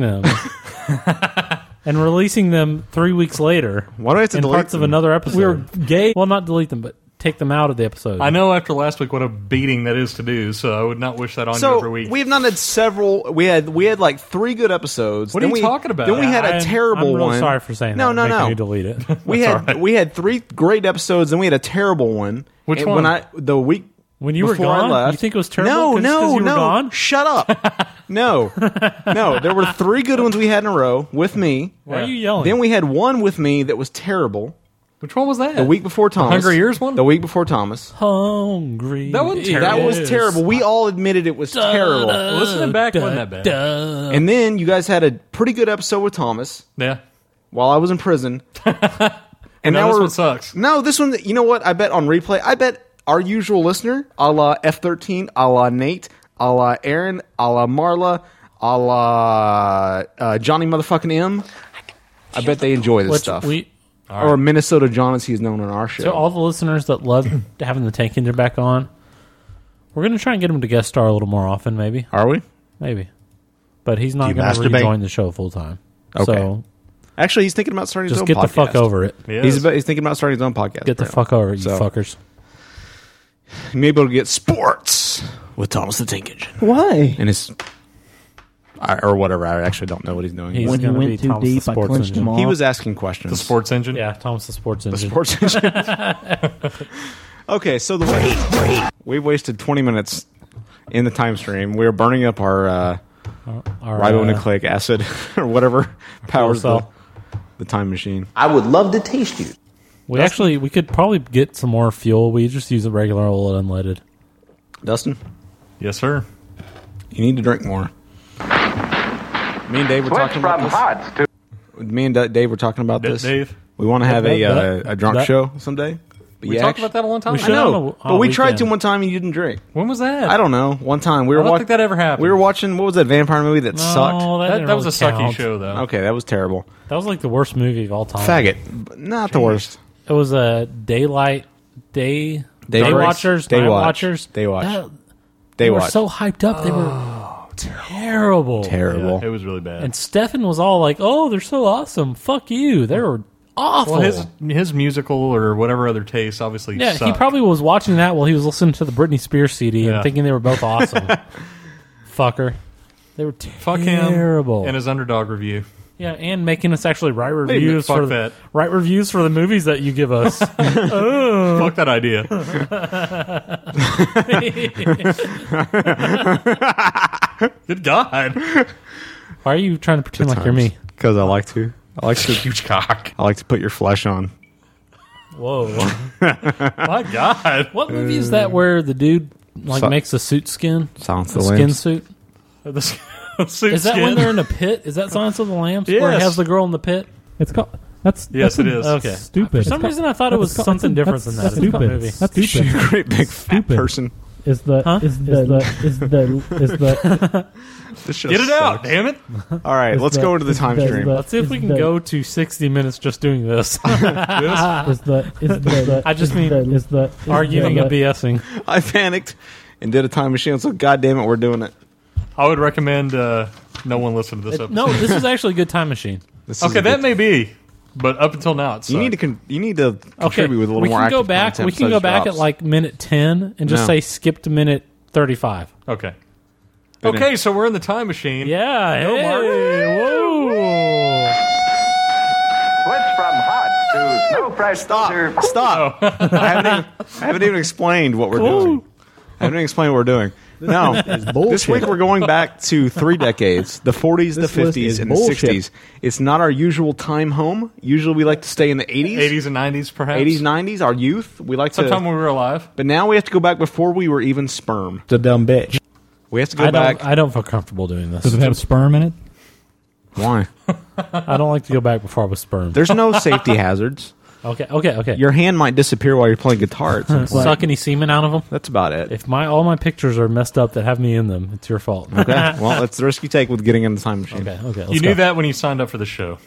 S1: them and releasing them three weeks later.
S3: Why do I have to
S1: in
S3: delete
S1: parts of
S3: them?
S1: another episode? We were gay. Well, not delete them, but take them out of the episode.
S2: I know after last week what a beating that is to do, so I would not wish that on you
S3: So
S2: every week.
S3: we have not had several. We had we had like three good episodes.
S2: What are
S3: then
S2: you
S3: we,
S2: talking about?
S3: Then we had a
S2: I'm-
S3: terrible
S1: I'm really
S3: one.
S1: sorry for saying
S3: no,
S1: that.
S3: No,
S1: making
S3: no,
S1: You delete it.
S3: We
S1: That's all
S3: had we had three great episodes, and we had a terrible one.
S1: Which
S3: And When
S1: one?
S3: I the week
S1: When you were
S3: before
S1: gone?
S3: I left,
S1: You think it was terrible
S3: No,
S1: 'cause-
S3: no,
S1: 'cause you were
S3: no.
S1: gone?
S3: Shut up. no, no. There were three good ones we had in a row with me.
S1: Why are you yelling?
S3: Then we had one with me that was terrible.
S2: Which one was that?
S3: The week before
S2: The
S3: Thomas.
S2: Hungry Ears one?
S3: The week before Thomas.
S1: Hungry.
S2: That wasn't terrible.
S3: That was terrible. We all admitted it was terrible.
S2: Listening back wasn't that bad.
S3: And then you guys had a pretty good episode with Thomas.
S2: Yeah.
S3: While I was in prison. and
S2: No,
S3: now
S2: this
S3: we're,
S2: one sucks.
S3: No, this one. You know what? I bet on replay. I bet our usual listener, a la F thirteen, a la Nate, a la Aaron, a la Marla, a la uh, Johnny motherfucking M. I bet they enjoy this
S1: Which
S3: stuff.
S1: we-
S3: or Minnesota John, as he's known on our show.
S1: So all the listeners that love having the tank engine back on, we're going to try and get him to guest star a little more often, maybe.
S3: Are we?
S1: Maybe, but he's not
S3: you
S1: going to
S3: masturbate?
S1: rejoin the show full time.
S3: Okay.
S1: So
S3: Actually, he's thinking about starting his
S1: Just
S3: own
S1: get the
S3: podcast.
S1: fuck over it. He
S3: He's,
S1: is.
S3: about, he's thinking about starting his own podcast.
S1: get the
S3: apparently.
S1: fuck over it, you
S3: So,
S1: fuckers.
S3: You may be able to get sports with Thomas the Tank Engine.
S12: Why?
S3: And his. I, or whatever. I actually don't know what he's doing.
S1: He's When he gonna went be too Thomas the deep, I sports clinched engine. him off.
S3: He was asking questions.
S2: The sports engine?
S1: Yeah, Thomas the sports engine.
S3: sports engine. okay, so the way we've wasted 20 minutes in the time stream. We're burning up our, uh,
S1: our,
S3: ribonucleic acid or whatever powers the,
S1: cell.
S3: the time machine.
S1: I would love to taste you. We
S3: Dustin?
S1: actually we could probably get some more fuel. We just use a regular old unleaded.
S3: Dustin,
S2: Yes, sir.
S3: You need to drink more. Me and Dave were talking about this. Me and D- Dave were talking about
S2: D-
S3: this.
S2: Dave?
S3: we want to have a uh,
S2: That-
S3: a drunk
S2: that-
S3: show someday. But
S2: We
S3: yeah,
S2: talked
S3: actu-
S2: about that a long time
S3: We
S2: ago.
S3: should. I know,
S2: On a- on
S3: but
S2: a
S3: we tried
S2: weekend.
S3: to one time and you didn't drink.
S2: When was that?
S3: I don't know. One time we were.
S2: I don't
S3: wa-
S2: think that ever happened.
S3: We were watching. What was that vampire movie that
S2: No,
S3: sucked?
S2: that That- didn't that was really a sucky count. show, though.
S3: Okay, that was terrible.
S1: That was like the worst movie of all time.
S3: Faggot, but not the
S1: Jeez.
S3: worst.
S1: It was a daylight day
S3: Day
S1: day,
S3: watch.
S1: watchers,
S3: Day
S1: night
S3: watch.
S1: watchers,
S3: Day watch.
S1: That-
S3: Day
S1: they were
S3: watch. Oh,
S1: so hyped up. They were terrible,
S3: Terrible.
S2: Yeah, it was really bad.
S1: And Stefan was all like, "Oh, they're so awesome. Fuck you. They were awful."
S2: Well, his his musical or whatever other taste obviously.
S1: yeah, he
S2: sucked.
S1: probably was watching that while he was listening to the Britney Spears CD
S2: Yeah.
S1: and thinking they were both awesome. Fucker. They were
S2: fuck him
S1: terrible.
S2: and his underdog review.
S1: Yeah, and making us actually write
S2: minute,
S1: reviews
S2: fuck
S1: for
S2: that.
S1: the, write reviews for the movies that you give us. Oh.
S2: Fuck that idea. Good God.
S1: Why are you trying to pretend like you're me?
S3: Because I like to. I like to huge cock. I like to put your flesh on.
S1: Whoa!
S2: My God,
S1: what movie is that where the dude like
S3: Si-
S1: makes a suit skin?
S3: Silence
S1: a
S3: of the
S1: skin
S3: Lambs.
S1: suit.
S2: The
S1: Is that when they're in a pit? Is that Silence of the Lambs where
S11: Yes.
S1: he has the girl in the pit?
S11: It's called. That's
S2: Yes,
S11: that's
S2: it
S11: a-
S2: is.
S1: Okay.
S11: Stupid.
S1: For some reason, I thought it was
S11: That's-
S1: something different
S11: that's-
S1: than that.
S11: That's
S1: It's not
S11: stupid.
S1: a
S11: That's stupid.
S1: movie. She's a great big fat
S11: Stupid.
S1: person.
S11: Is the is the is the is the
S3: This show
S2: Get it out,
S3: sucks.
S2: damn it.
S3: All right,
S1: Is
S3: let's
S1: the-
S3: go into the
S1: is
S3: time
S1: the-
S3: stream.
S1: Let's see if we can go to 60 minutes just doing this.
S11: is the is the
S1: I just
S11: is
S1: mean
S11: the, is the is
S1: arguing
S11: the,
S1: and BSing.
S3: I panicked and did a time machine. So, God damn it, we're doing it.
S2: I would recommend uh, no one listen to this episode.
S1: No, this is actually a good time machine.
S3: This is
S2: okay,
S3: a
S2: that
S3: good-
S2: may be, but up until now, it's
S3: You need to con- you need to
S1: Okay,
S3: contribute with a little
S1: we
S3: more.
S1: can go
S3: active
S1: back.
S3: content
S1: We
S3: so
S1: can go
S3: it
S1: back at
S3: drops.
S1: like minute 10 and just
S3: No.
S1: say skip to minute 35.
S2: okay.
S1: Good
S2: Okay, so we're in the time machine.
S1: Yeah,
S2: No,
S1: hey,
S2: Mark.
S1: whoa.
S22: Switch from hot to no pressure. Stop.
S3: Stop.
S7: Oh.
S3: I haven't even, I haven't even explained what we're doing. I haven't even explained what we're doing.
S7: This
S3: No,
S7: list is
S3: this
S7: bullshit.
S3: week we're going back to three decades: the
S7: This
S3: 40s, the
S7: list is
S3: 50s, and the
S7: bullshit.
S3: 60s. It's not our usual time home. Usually, we like to stay in the 80s,
S2: 80s and 90s, perhaps.
S3: 80s, 90s. Our youth, we like
S2: Sometime
S3: to.
S2: when we were alive.
S3: But now we have to go back before we were even sperm.
S7: The dumb bitch.
S3: We have to go
S1: I
S3: back.
S1: don't, I don't feel comfortable doing this.
S11: Does it have sperm in it?
S3: Why?
S1: I don't like to go back before I was sperm.
S3: There's no safety hazards.
S1: Okay, okay, okay.
S3: Your hand might disappear while you're playing guitar. At some point.
S1: Suck any semen out of them?
S3: That's about it.
S1: If my all my pictures are messed up that have me in them, it's your fault.
S3: Okay. Well, that's the risk you take with getting in the time machine.
S1: Okay. Okay.
S2: you knew that when you signed up for the show.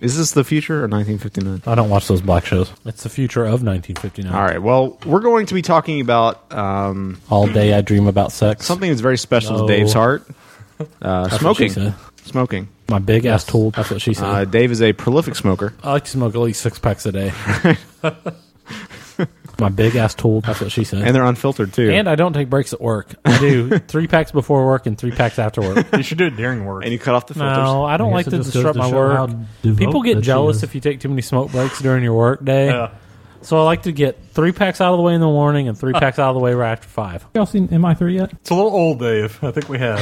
S3: Is this the future or 1959?
S1: I don't watch those black shows. It's the future of 1959.
S3: All right. Well, we're going to be talking about um,
S1: All day I dream about sex.
S3: something that's very special
S1: No.
S3: to Dave's heart. Uh,
S1: That's what she
S3: smoking.
S1: said.
S3: Smoking.
S1: My big ass tool. That's what she said.
S3: Uh, Dave is a prolific smoker.
S1: I like to smoke at least six packs a day. my big ass tool. That's what she said.
S3: And they're unfiltered, too.
S1: And I don't take breaks at work. I do three packs before work and three packs after work.
S2: You should do it during work.
S3: And you cut off the filters.
S1: No, I don't
S2: I
S1: like
S2: guess it
S1: to
S2: just goes
S1: disrupt
S2: to
S1: my
S2: show how
S1: work.
S2: devout
S1: People
S2: that
S1: get
S2: she
S1: jealous
S2: is.
S1: if you take too many smoke breaks during your work day.
S2: Yeah.
S1: So I like to get three packs out of the way in the morning and three packs out of the way right after five.
S11: Y'all seen MI3 yet?
S2: It's a little old, Dave. I think we have.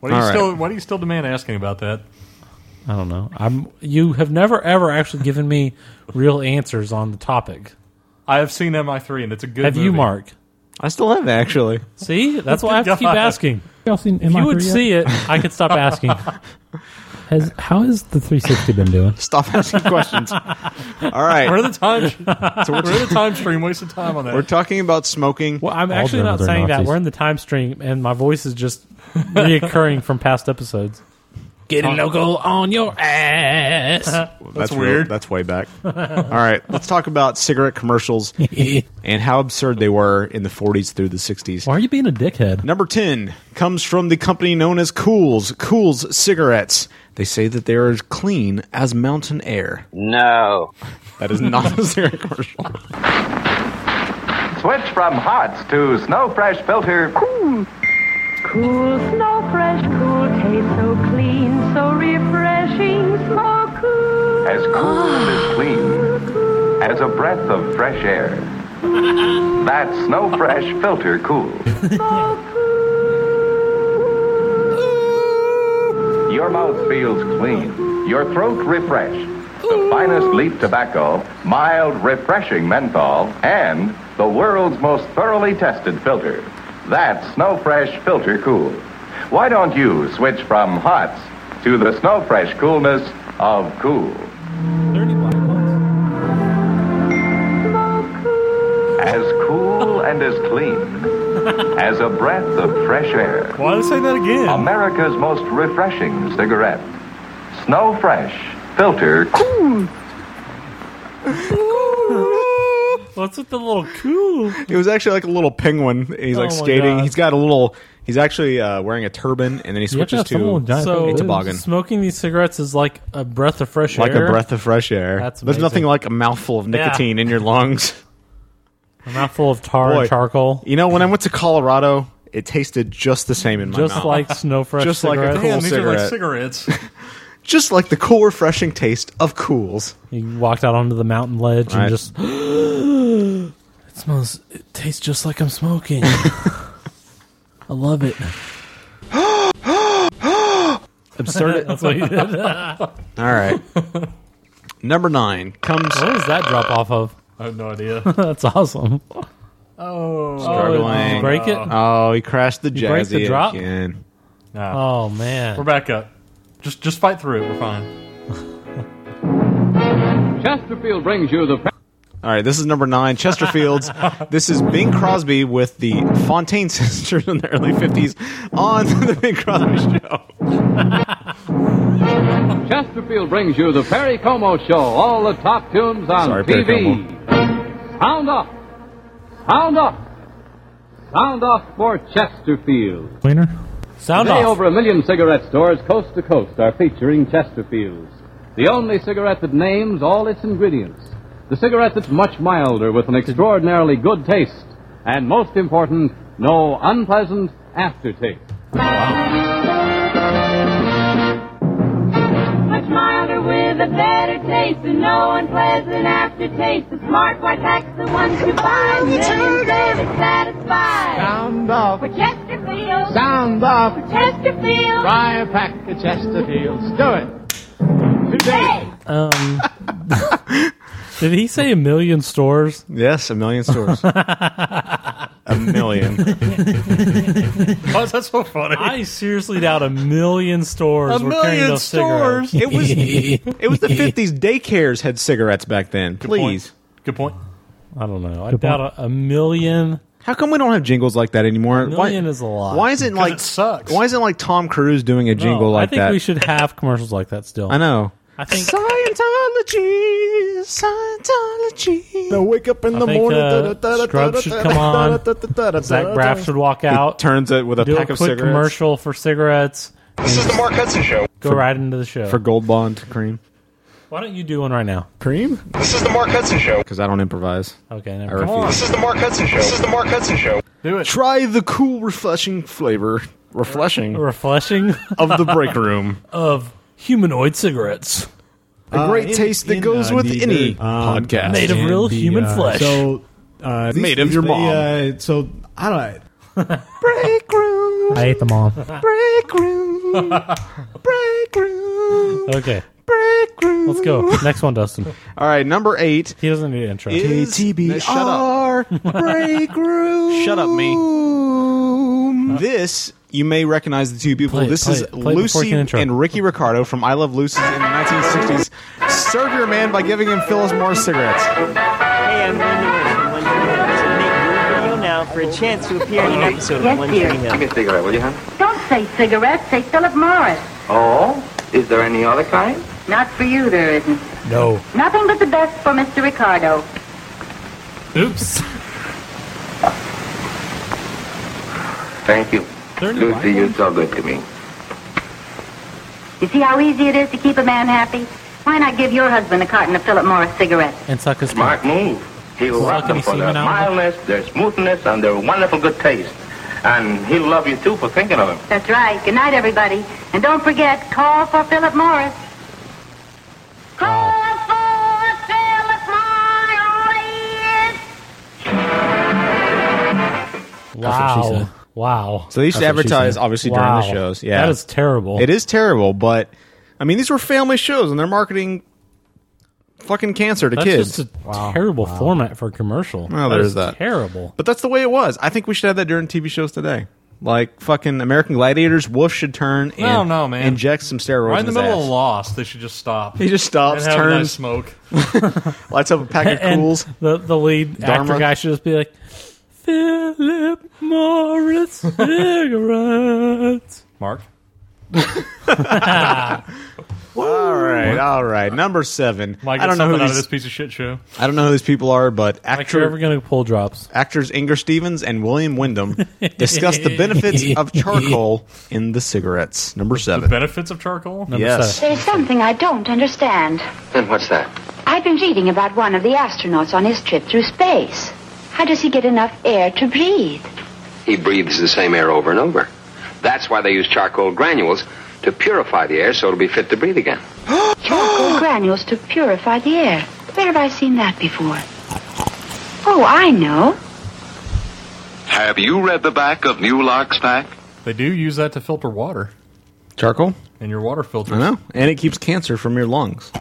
S2: why, do you
S1: All right.
S2: still, why do you still demand asking about that?
S1: I don't know. I'm you have never ever actually given me real answers on the topic.
S2: I have seen MI3, and it's a good
S1: have you,
S2: movie.
S1: Mark?
S3: I still have actually.
S1: See, that's why I have to keep
S2: God.
S1: asking.
S11: Y'all seen
S1: if
S11: MI3
S1: you would
S11: yet?
S1: see it, I could stop asking.
S11: Has how has the 360 been doing?
S3: Stop asking questions. All right.
S2: We're in the time. so we're,
S3: we're-
S2: in the time stream. Wasted time on that.
S3: We're talking about smoking.
S1: Well, I'm actually not saying that. We're in the time stream, and my voice is just reoccurring from past episodes. Getting local on your ass.
S3: That's, weird. That's way back. All right, let's talk about cigarette commercials and how absurd they were in the 40s through the 60s.
S11: Why are you being a dickhead?
S3: Number 10 comes from the company known as Cools, Cools Cigarettes. They say that they are as clean as mountain air.
S22: No.
S3: That is not a cigarette commercial.
S22: Switch from hots to snow fresh filter. Cool.
S5: Cool snow fresh, cool taste so clean, so refreshing, so cool.
S22: As cool as clean as a breath of fresh air. That's snow fresh filter cool. Your mouth feels clean. Your throat refreshed. The finest leaf tobacco, mild, refreshing menthol, and the world's most thoroughly tested filter. That's Snow Fresh Filter Cool. Why don't you switch from hots to the Snow Fresh coolness of cool? As cool and as clean as a breath of fresh air.
S2: Why say that again?
S22: America's most refreshing cigarette. Snow Fresh Filter Cool.
S1: What's with the little cool?
S3: It was actually like a little penguin. and He's like
S1: Oh my
S3: skating.
S1: God.
S3: He's got a little. He's actually uh, wearing a turban, and then he switches to
S1: so
S3: a toboggan.
S1: Smoking these cigarettes is like a breath of fresh
S3: Like
S1: air.
S3: a breath of fresh air.
S1: That's
S3: There's nothing
S1: amazing.
S3: like a mouthful of nicotine in your lungs.
S1: a mouthful of tar
S3: Boy,
S1: and charcoal.
S3: You know, when I went to Colorado, it tasted just the same in my
S1: Just
S3: mouth.
S1: like Snow Fresh
S3: Just like a
S1: cigarettes.
S3: cool
S1: Damn, these are
S3: cigarette.
S1: like
S2: cigarettes.
S3: just like the cool, refreshing taste of cools.
S1: You walked out onto the mountain ledge
S3: Right.
S1: and just. it smells. It tastes just like I'm smoking. I love it.
S3: Absurd.
S1: That's what you did.
S3: All right. Number nine comes.
S1: What does that drop off of?
S2: I have no idea.
S1: That's awesome.
S2: Oh,
S3: Struggling.
S1: Oh, did you break it?
S3: Oh, he crashed the
S1: You break
S3: jazzy
S1: the drop?
S3: again.
S2: Nah.
S1: Oh man,
S2: We're back up. Just just fight through it. We're fine.
S23: Chesterfield brings you the.
S3: All right, this is number nine, Chesterfields. this is Bing Crosby with the Fontaine sisters in the early 50s on the Bing Crosby
S23: Show. Chesterfield brings you the Perry Como Show, all the top tunes on
S3: Sorry, Perry
S23: TV. Sound off! Sound off! Sound off for Chesterfield.
S1: Cleaner? Sound
S23: Today,
S1: off.
S23: over a million cigarette stores coast to coast are featuring Chesterfields, the only cigarette that names all its ingredients. The cigarette that's much milder with an extraordinarily good taste, and most important, no unpleasant aftertaste.
S5: Much milder with a better taste and no unpleasant aftertaste. The smart white hacks, the ones who buy and instead is satisfied.
S19: Sound off.
S5: For Chesterfield.
S19: Sound off.
S5: For Chesterfield.
S19: Buy a pack of Chesterfields. Do it. Today.
S1: Um, did he say a million stores?
S3: Yes, a million stores. a million.
S2: Oh,
S1: Why is that so funny? I seriously doubt a million stores
S3: A
S1: were carrying
S3: million
S1: those
S3: stores?
S1: cigarettes.
S3: It was- it was the 50s. Daycares had cigarettes back then. Please.
S1: Good point. I don't know. I doubt a, a million.
S3: How come we don't have jingles like that anymore?
S1: A million is a lot.
S3: Why isn't
S1: 'Cause
S3: like
S1: it sucks.
S3: Why isn't like Tom Cruise doing a jingle
S1: I
S3: like
S1: think
S3: that?
S1: we should have commercials like that still.
S3: I know.
S1: I think
S19: Scientology, Scientology.
S3: They wake up in
S1: I think, uh, Scrubs should come on. Zach Braff should walk out.
S3: turns it with a
S1: do
S3: pack
S1: a
S3: of
S1: quick
S3: cigarettes.
S1: commercial for cigarettes.
S3: This is the Mark Hudson Show.
S1: Go
S3: For-
S1: right into the show.
S3: for Gold Bond cream.
S1: Why don't you do one right now?
S3: Cream?
S1: This is the Mark Hudson Show.
S3: Because I don't improvise.
S1: Okay,
S3: I
S1: never
S3: refuse.
S1: the
S3: Mark Hudson Show. This is the Mark Hudson Show. Do it. Try the cool, refreshing flavor. Refreshing.
S1: Refreshing
S3: of the break room.
S1: of humanoid cigarettes.
S3: A great taste that goes with any podcast.
S1: Made of real human flesh.
S15: So, uh,
S3: Made of your
S15: they,
S3: mom.
S15: Uh, so I don't.
S3: break room.
S1: I hate them all.
S3: Break room. break room.
S1: Okay.
S3: Break room.
S1: Let's go. Next one, Dustin.
S3: All right, number eight.
S1: He doesn't need an intro.
S3: Is- No, shut up.
S19: break room.
S3: Shut up, me. This you may recognize the two people.
S19: Play it,
S3: this
S19: play
S3: is
S19: it, play it before
S3: Lucy
S19: you can intro.
S3: and Ricky Ricardo from I Love Lucy in the 1960s. Serve your man by giving him Phyllis Morris cigarettes.
S14: Hey, I'm Lee Norris from One Tree Hill. So make your video now for a chance to appear in an episode of
S24: Yes,
S14: One Tree
S24: dear.
S14: Hill.
S24: Give me a cigarette, will you, hon? Don't say cigarette, say Philip Morris. Oh, is there any other kind? Not for you, there isn't.
S1: No.
S24: Nothing but the best for Mr. Ricardo.
S1: Oops.
S24: Thank you. Lucy, you're so good to me. You see how easy it is to keep a man happy? Why not give your husband a carton of Philip Morris cigarettes?
S1: And suck his
S24: Smart move. He'll Well, love can them you for see their me now? mildness, their smoothness, and their wonderful good taste. And he'll love you, too, for thinking of him. That's right. Good night, everybody. And don't forget, call for Philip Morris.
S3: That's what she
S1: Wow.
S3: said.
S1: Wow.
S3: So they used to
S1: That's what she
S3: advertise
S1: said.
S3: obviously during the
S1: Wow.
S3: shows. Yeah,
S1: That is terrible.
S3: It is terrible, but I mean these were family shows and they're marketing fucking cancer to
S1: That's
S3: kids.
S1: just a terrible format for a commercial.
S3: Well,
S1: That
S3: there's
S1: is
S3: that.
S1: Terrible.
S3: But that's the way it was. I think we should have that during TV shows today. Like fucking American Gladiators, Wolf should turn and
S2: No, no, man.
S3: inject some steroids
S2: Right in the
S3: his
S2: middle
S3: ass.
S2: of Lost, they should just stop.
S3: He just stops,
S2: and have a nice
S3: turns.
S2: smoke.
S3: Lights up a pack of
S1: And
S3: cools.
S1: The the lead
S3: Dharma.
S1: actor guy should just be like Philip Morris cigarettes. Mark.
S3: all right, all right. Number seven.
S2: Might get
S3: I don't know who
S2: something out
S3: these,
S2: of this piece of shit show.
S3: I don't know who these people are, but actor
S1: you're ever going to pull drops.
S3: Actors Inger Stevens and William Wyndham discuss the benefits of charcoal in the cigarettes. Number seven.
S2: Benefits of charcoal?
S3: yes.
S24: There's something I don't understand.
S21: Then what's that?
S24: I've been reading about one of the astronauts on his trip through space. How does he get enough air to breathe?
S23: He breathes the same air over and over.
S21: That's why they use charcoal granules to purify the air so it'll be fit to breathe again.
S24: Charcoal granules to purify the air. Where have I seen that before? Oh, I know.
S21: Have you read the back of New Lark's pack?
S2: They do use that to filter water
S3: Charcoal?
S2: in your water filter.
S3: I know. And it keeps cancer from your lungs.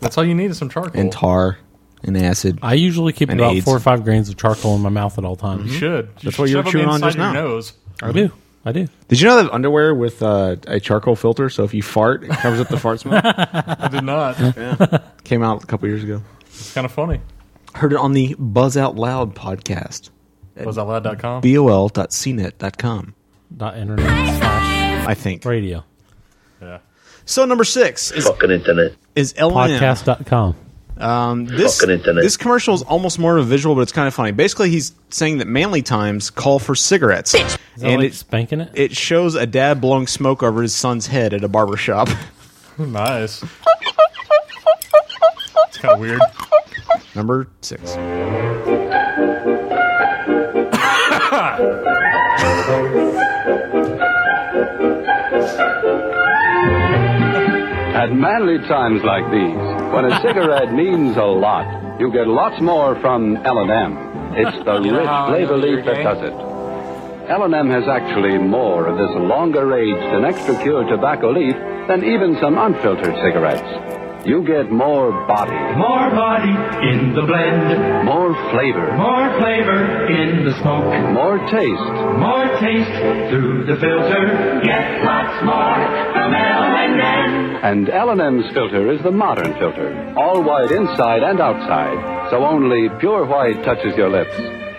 S2: That's all you need is some charcoal.
S3: And tar and acid.
S1: I usually keep
S3: And
S1: about
S3: AIDS.
S1: four or five grains of charcoal in my mouth at all times.
S2: You should. You
S3: That's
S2: should
S3: what you were
S2: shove 'em
S3: chewing on
S2: inside
S3: just
S2: your
S3: now.
S2: Nose.
S1: I do. I do.
S3: Did you know they have underwear with uh, a charcoal filter? So if you fart, it covers up the fart smell.
S2: I did not.
S3: Came out a couple years ago.
S2: It's kind of funny.
S3: Heard it on the Buzz Out Loud podcast.
S2: BuzzOutLoud.com.
S3: E BOL.cnet.com.
S1: Dot internet slash
S3: I think.
S1: radio.
S2: Yeah.
S3: So number six is
S1: Fucking
S3: internet. Is LM.
S1: Podcast.com.
S3: Um, this,
S1: Fucking internet.
S3: this commercial is almost more of a visual, but it's kind of funny. Basically, he's saying that manly times call for cigarettes.
S1: Is that like spanking it?
S3: It shows a dad blowing smoke over his son's head at a barber shop.
S2: nice. It's kind of weird.
S3: Number six.
S23: At manly times like these, when a cigarette means a lot, you get lots more from L&M. It's the
S25: You know
S23: rich
S25: how I
S23: flavor
S25: know you're
S23: leaf that
S25: gay?
S23: does it. L&M has actually more of this longer aged and extra cured tobacco leaf than even some unfiltered cigarettes. You get more body. More body in the blend. More flavor. More flavor in the smoke. More taste. More taste through the filter. Get lots more from L&M. And L&M's filter is the modern filter, all white inside and outside, so only pure white touches your lips.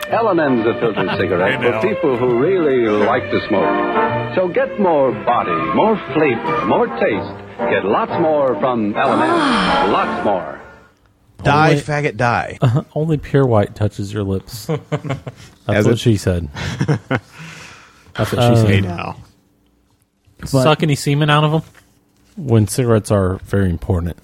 S23: L&M's a filtered cigarette
S25: Hey, now.
S23: for people who really like to smoke. So get more body, more flavor, more taste. Get lots more from L&M. Lots more.
S7: Die, faggot, die.
S1: Only pure white touches your lips. That's what
S7: it-
S1: she said.
S7: That's what she said. Hey,
S1: now. Suck any semen out of them when cigarettes are very important.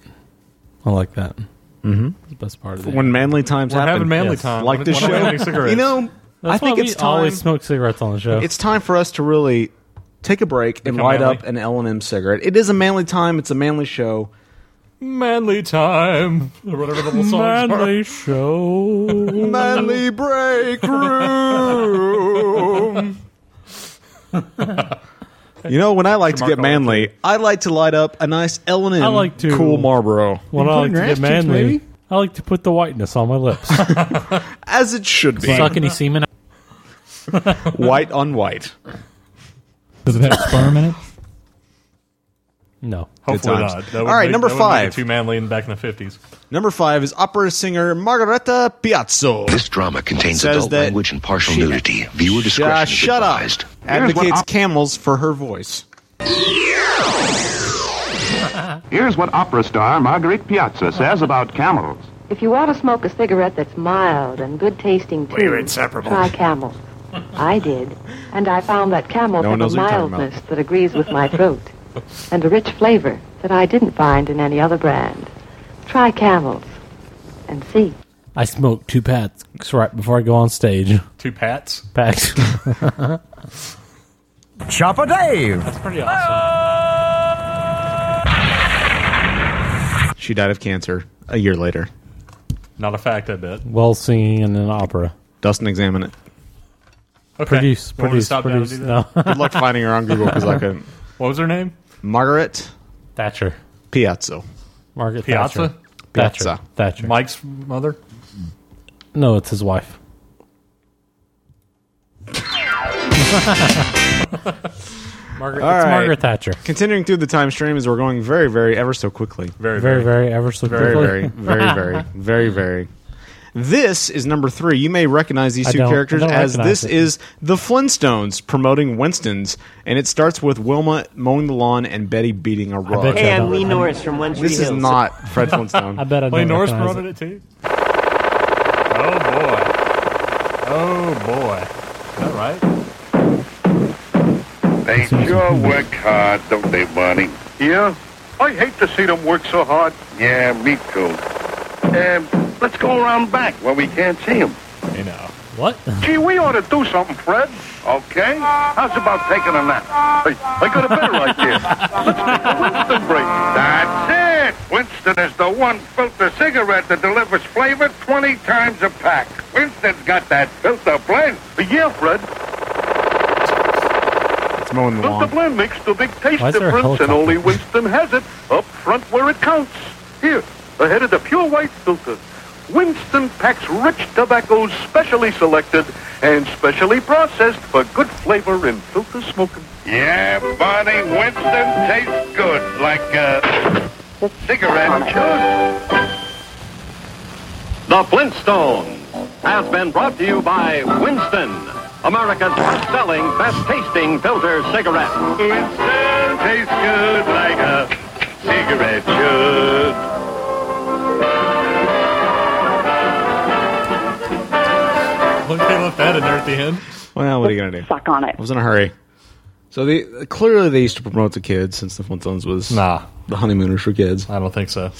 S1: I like that.
S3: Mm-hmm.
S1: The best part of it.
S3: When manly times
S1: We're
S3: happen.
S1: having manly Yes. time.
S3: Like this
S1: We're not
S3: show.
S1: having cigarettes.
S3: You know,
S1: That's
S3: I think
S1: why
S3: it's
S1: we
S3: time.
S1: always smoke cigarettes on the show.
S3: It's time for us to really take a break and
S1: Become
S3: light
S1: manly.
S3: up an L&M cigarette. It is a manly time. It's a manly show.
S2: Manly time. Or whatever the little songs
S1: Manly show.
S3: Manly break room. You know, when I like to get manly, I like to light up a nice L&M
S1: I like to-
S3: cool Marlboro.
S1: When I like to get manly, I like to put the whiteness on my lips.
S3: As it should be.
S1: Suck any semen
S3: white on white.
S1: Does it have sperm in it? No.
S3: Good
S2: Hopefully
S3: times.
S2: not. That would
S3: All right,
S2: make-
S3: number
S2: that would make it
S3: five.
S2: Too manly and back in the fifties.
S3: Number five is opera singer Margareta Piazzo.
S26: This drama contains
S3: Says
S26: adult
S3: that
S26: language and partial
S3: she-
S26: nudity. Viewer discretion
S3: Uh,
S26: is
S3: shut up.
S26: advised.
S3: Advocates camels for her voice.
S13: Here's what opera star Marguerite Piazza says about camels.
S27: If you want to smoke a cigarette that's mild and good tasting too,
S13: We're inseparable.
S27: try Camel. I did, and I found that Camel
S13: No one
S27: had a
S13: knows what you're talking about.
S27: mildness that agrees with my throat, and a rich flavor that I didn't find in any other brand. Try Camels, and see.
S1: I smoke two packs right before I go on stage.
S2: Two pats?
S1: Packs.
S28: Chopper Dave.
S2: That's pretty awesome.
S3: She died of cancer a year later.
S2: Not a fact, I bet.
S1: While singing in an opera.
S3: Doesn't examine it.
S2: Okay.
S1: Produce,
S2: You want me to
S1: produce,
S2: stop down and
S1: produce.
S2: do
S1: No.
S2: that?
S3: Good luck finding her on Google because I couldn't.
S2: What was her name?
S3: Margaret
S1: Thatcher.
S3: Piazzo.
S1: Margaret
S2: Piazza?
S1: Thatcher.
S3: Piazza.
S1: Thatcher.
S2: Mike's mother.
S1: No, it's his wife. Margaret,
S3: All
S1: it's
S3: right.
S1: Margaret Thatcher.
S3: Continuing through the time stream as we're going very, very, ever so quickly.
S1: Very, Very, very. very, ever so
S3: very,
S1: quickly.
S3: Very, very, very, very, very. This is number three. You may recognize these
S1: I
S3: two
S1: don't-
S3: characters
S1: I don't
S3: as
S1: recognize
S3: this
S1: it.
S3: is the Flintstones promoting Winston's, and it starts with Wilma mowing the lawn and Betty beating a rug.
S14: bet you I And don't Lee recognize Norris it. from One Tree
S3: This is
S14: Hills.
S3: not Fred Flintstone.
S14: I bet I
S2: Wait,
S14: don't
S2: Norris
S14: recognize
S2: promoted it. too? Oh, boy. Oh, boy. Is that right?
S10: They sure work hard, don't they, Barney? Yeah. I hate to see them work so hard. Yeah, me too. Um, let's go around back where we can't see them.
S2: You know.
S1: What?
S10: Gee, we ought to do something, Fred. Okay? How's about taking a nap? Hey, I got a bed right there. Let's take a Winston break. That's it. Winston is the one filter cigarette that delivers flavor 20 times a pack. Winston's got that filter blend. Yeah, Fred.
S3: It's mowing the
S10: Filter
S3: lawn.
S10: blend makes the big taste
S3: Why is there a
S10: difference, and
S3: helicopter?
S10: only Winston has it up front where it counts. Here, ahead of the pure white filter. Winston packs rich tobaccos specially selected and specially processed for good flavor and filter smoking. Yeah, Barney Winston tastes good, like a cigarette
S29: The Flintstones has been brought to you by Winston, America's best-selling, best-tasting filter cigarette. Winston tastes good like a cigarette should.
S2: Look, they left that in there at the end.
S3: Well, what are you gonna do?
S30: Suck on it.
S3: I was in a hurry. So the clearly they used to promote to kids since the Flintstones was
S2: nah
S3: the honeymooners for kids.
S2: I don't think so.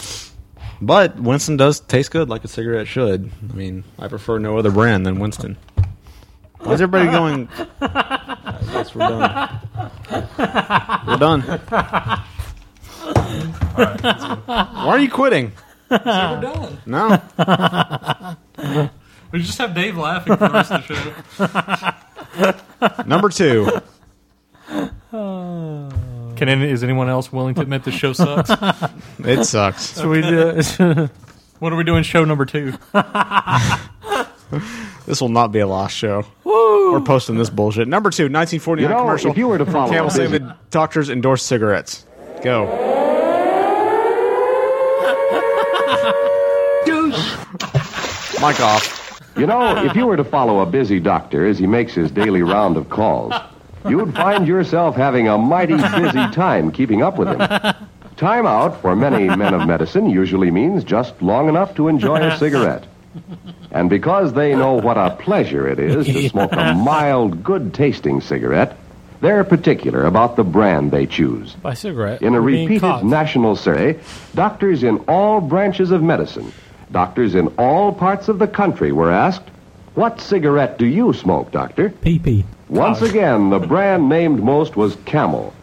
S3: But Winston does taste good like a cigarette should. I mean, I prefer no other brand than Winston. Why is everybody going? I guess we're done. We're done. Why are you quitting?
S2: we're done.
S3: No.
S2: We just have Dave laughing for the rest of the show.
S3: Number two.
S2: Can any, is anyone else willing to admit the show sucks?
S3: It sucks.
S2: So we do. what are we doing? Show number two.
S3: This will not be a lost show.
S2: Woo!
S3: We're posting this bullshit. Number two, 1949
S2: You know,
S3: commercial.
S2: if you were to follow
S3: Camel
S2: a
S3: saying
S2: business-
S3: that doctors endorse cigarettes. Go. Mic off.
S19: You know, if you were to follow a busy doctor as he makes his daily round of calls, you'd find yourself having a mighty busy time keeping up with him. Time out for many men of medicine usually means just long enough to enjoy a cigarette. And because they know what a pleasure it is to smoke a mild, good tasting cigarette, they're particular about the brand they choose.
S5: By cigarette.
S19: In a
S5: We're being
S19: repeated
S5: caught.
S19: national survey, doctors in all branches of medicine, doctors in all parts of the country were asked, What cigarette do you smoke, doctor?
S31: PP.
S19: Once again, the brand named most was Camel.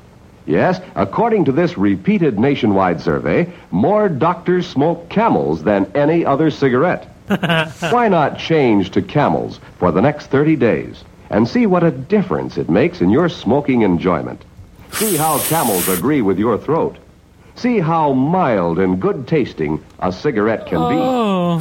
S19: Yes, according to this repeated nationwide survey, more doctors smoke camels than any other cigarette. Why not change to camels for the next 30 days and see what a difference it makes in your smoking enjoyment? See how camels agree with your throat. See how mild and good tasting a cigarette can be.
S1: Oh.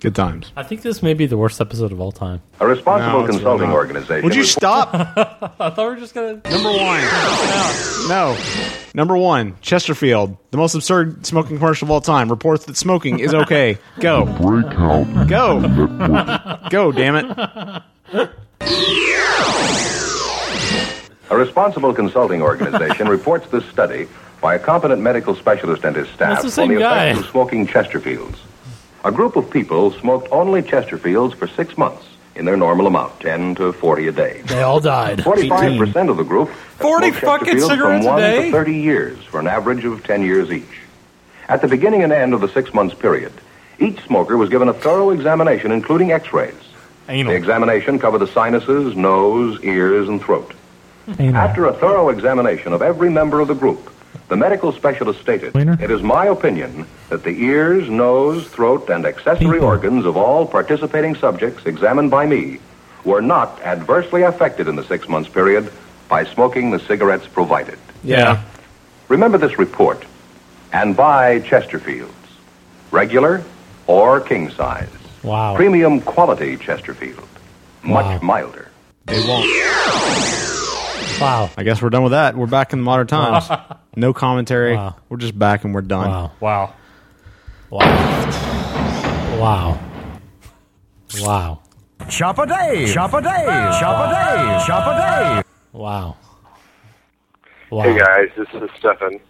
S3: Good times.
S5: I think this may be the worst episode of all time.
S19: A responsible
S5: No, it's
S19: consulting
S5: not.
S19: organization.
S5: Would you
S3: stop?
S2: I thought we were just gonna
S3: number one. No. Number one, Chesterfield, the most absurd smoking commercial of all time, reports that smoking is okay. Go. Breakout. Go. Go, damn it.
S19: A responsible consulting organization reports this study by a competent medical specialist and his staff
S5: That's the same
S19: on the effects
S5: guy.
S19: of smoking Chesterfields. A group of people smoked only Chesterfields for six months in their normal amount, 10 to 40 a day.
S5: They all died.
S19: 45% of the group have
S5: 40
S19: smoked
S5: fucking
S19: Chesterfields
S5: cigarettes a
S19: from 1
S5: day?
S19: to 30 years for an average of 10 years each. At the beginning and end of the six months period, each smoker was given a thorough examination, including x rays. The examination covered the sinuses, nose, ears, and throat. After a thorough examination of every member of the group, the medical specialist stated, It is my opinion that the ears, nose, throat, and accessory organs of all participating subjects examined by me were not adversely affected in the six months period by smoking the cigarettes provided.
S3: Yeah.
S19: Remember this report and buy Chesterfields, regular or king size.
S5: Wow.
S19: Premium quality Chesterfield, much milder.
S3: They won't.
S5: Wow.
S3: I guess we're done with that. We're back in modern times. No commentary. We're just back and we're done.
S5: Wow.
S2: Wow.
S5: Wow. Wow.
S26: Shop a day. Shop a day. Shop a day. Shop a day.
S5: Wow. Wow.
S26: Hey guys, this is Stefan, and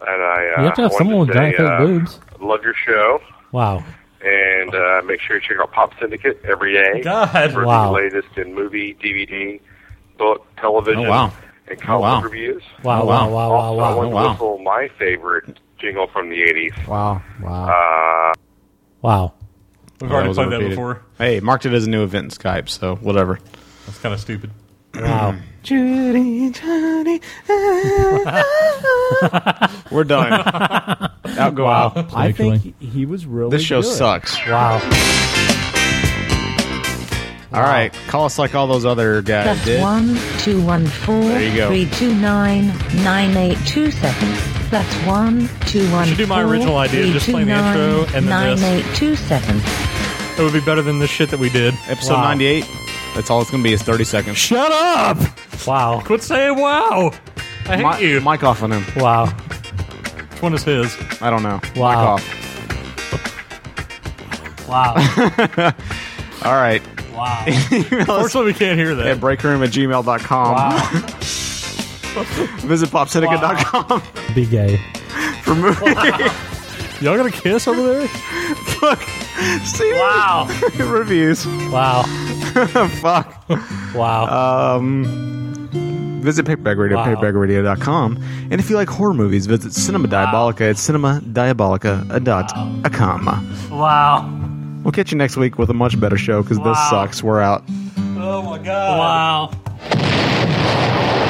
S26: I uh,
S5: You have to have
S26: wanted
S5: someone with
S26: say,
S5: giant fake
S26: uh,
S5: boobs.
S26: Love your show,
S5: Wow.
S26: and uh, make sure you check out Pop Syndicate every day.
S5: God.
S26: for
S5: Wow.
S26: the latest in movie, DVD, book, television,
S5: Oh, wow.
S26: and
S5: Oh,
S26: comic
S5: wow.
S26: reviews.
S5: Wow, wow, wow, wow,
S26: Also, I
S5: wow,
S26: want to
S5: wow.
S26: whistle my favorite jingle from the '80s.
S3: Wow.
S26: Wow. Uh,
S5: Wow.
S2: We've
S3: Yeah,
S2: already
S3: was
S2: played that
S3: overrated.
S2: before.
S3: Hey, marked it as a new event in Skype, so whatever.
S2: That's kind of stupid.
S3: Wow.
S26: Judy, Judy.
S3: We're done. out go
S31: Wow.
S3: out.
S31: I think he- he was really.
S3: This show
S31: good.
S3: sucks.
S5: Wow.
S3: All right. Call us like all those other guys
S27: Plus
S3: did.
S27: one two one four
S3: There you go.
S27: three two nine nine eight two seven. That's one two one.
S2: should do my
S27: four,
S2: original idea,
S27: three,
S2: just
S27: two,
S2: play the
S27: nine,
S2: intro and then
S27: nine,
S2: this.
S27: eight, two, seven.
S2: That would be better than the shit that we did.
S27: Episode Wow.
S2: 98.
S3: That's all it's going to be is 30 seconds. Shut up!
S5: Wow.
S2: Quit saying wow. I hate
S3: Mi-
S2: you.
S3: Mic off on him.
S5: Wow.
S2: Which one is his?
S3: I don't know.
S5: Wow.
S3: Mic off.
S5: Wow.
S3: All right.
S5: Wow.
S2: Unfortunately, we can't hear that.
S3: At breakroom at gmail.com. Visit popsyndicate.com
S5: Be gay.
S3: for movie.
S2: Y'all got a kiss over there?
S3: Fuck. See?
S5: Wow.
S3: Reviews. Oh,
S5: Wow.
S3: Fuck.
S5: Wow.
S3: Um, visit Paperback Radio,
S5: Wow.
S3: at paperbackradio.com. And if you like horror movies, visit Cinema Diabolica at cinemadiabolica.com.
S5: Wow.
S3: We'll catch you next week with a much better show because this
S5: Wow.
S3: sucks. We're out.
S5: Oh my god. Wow.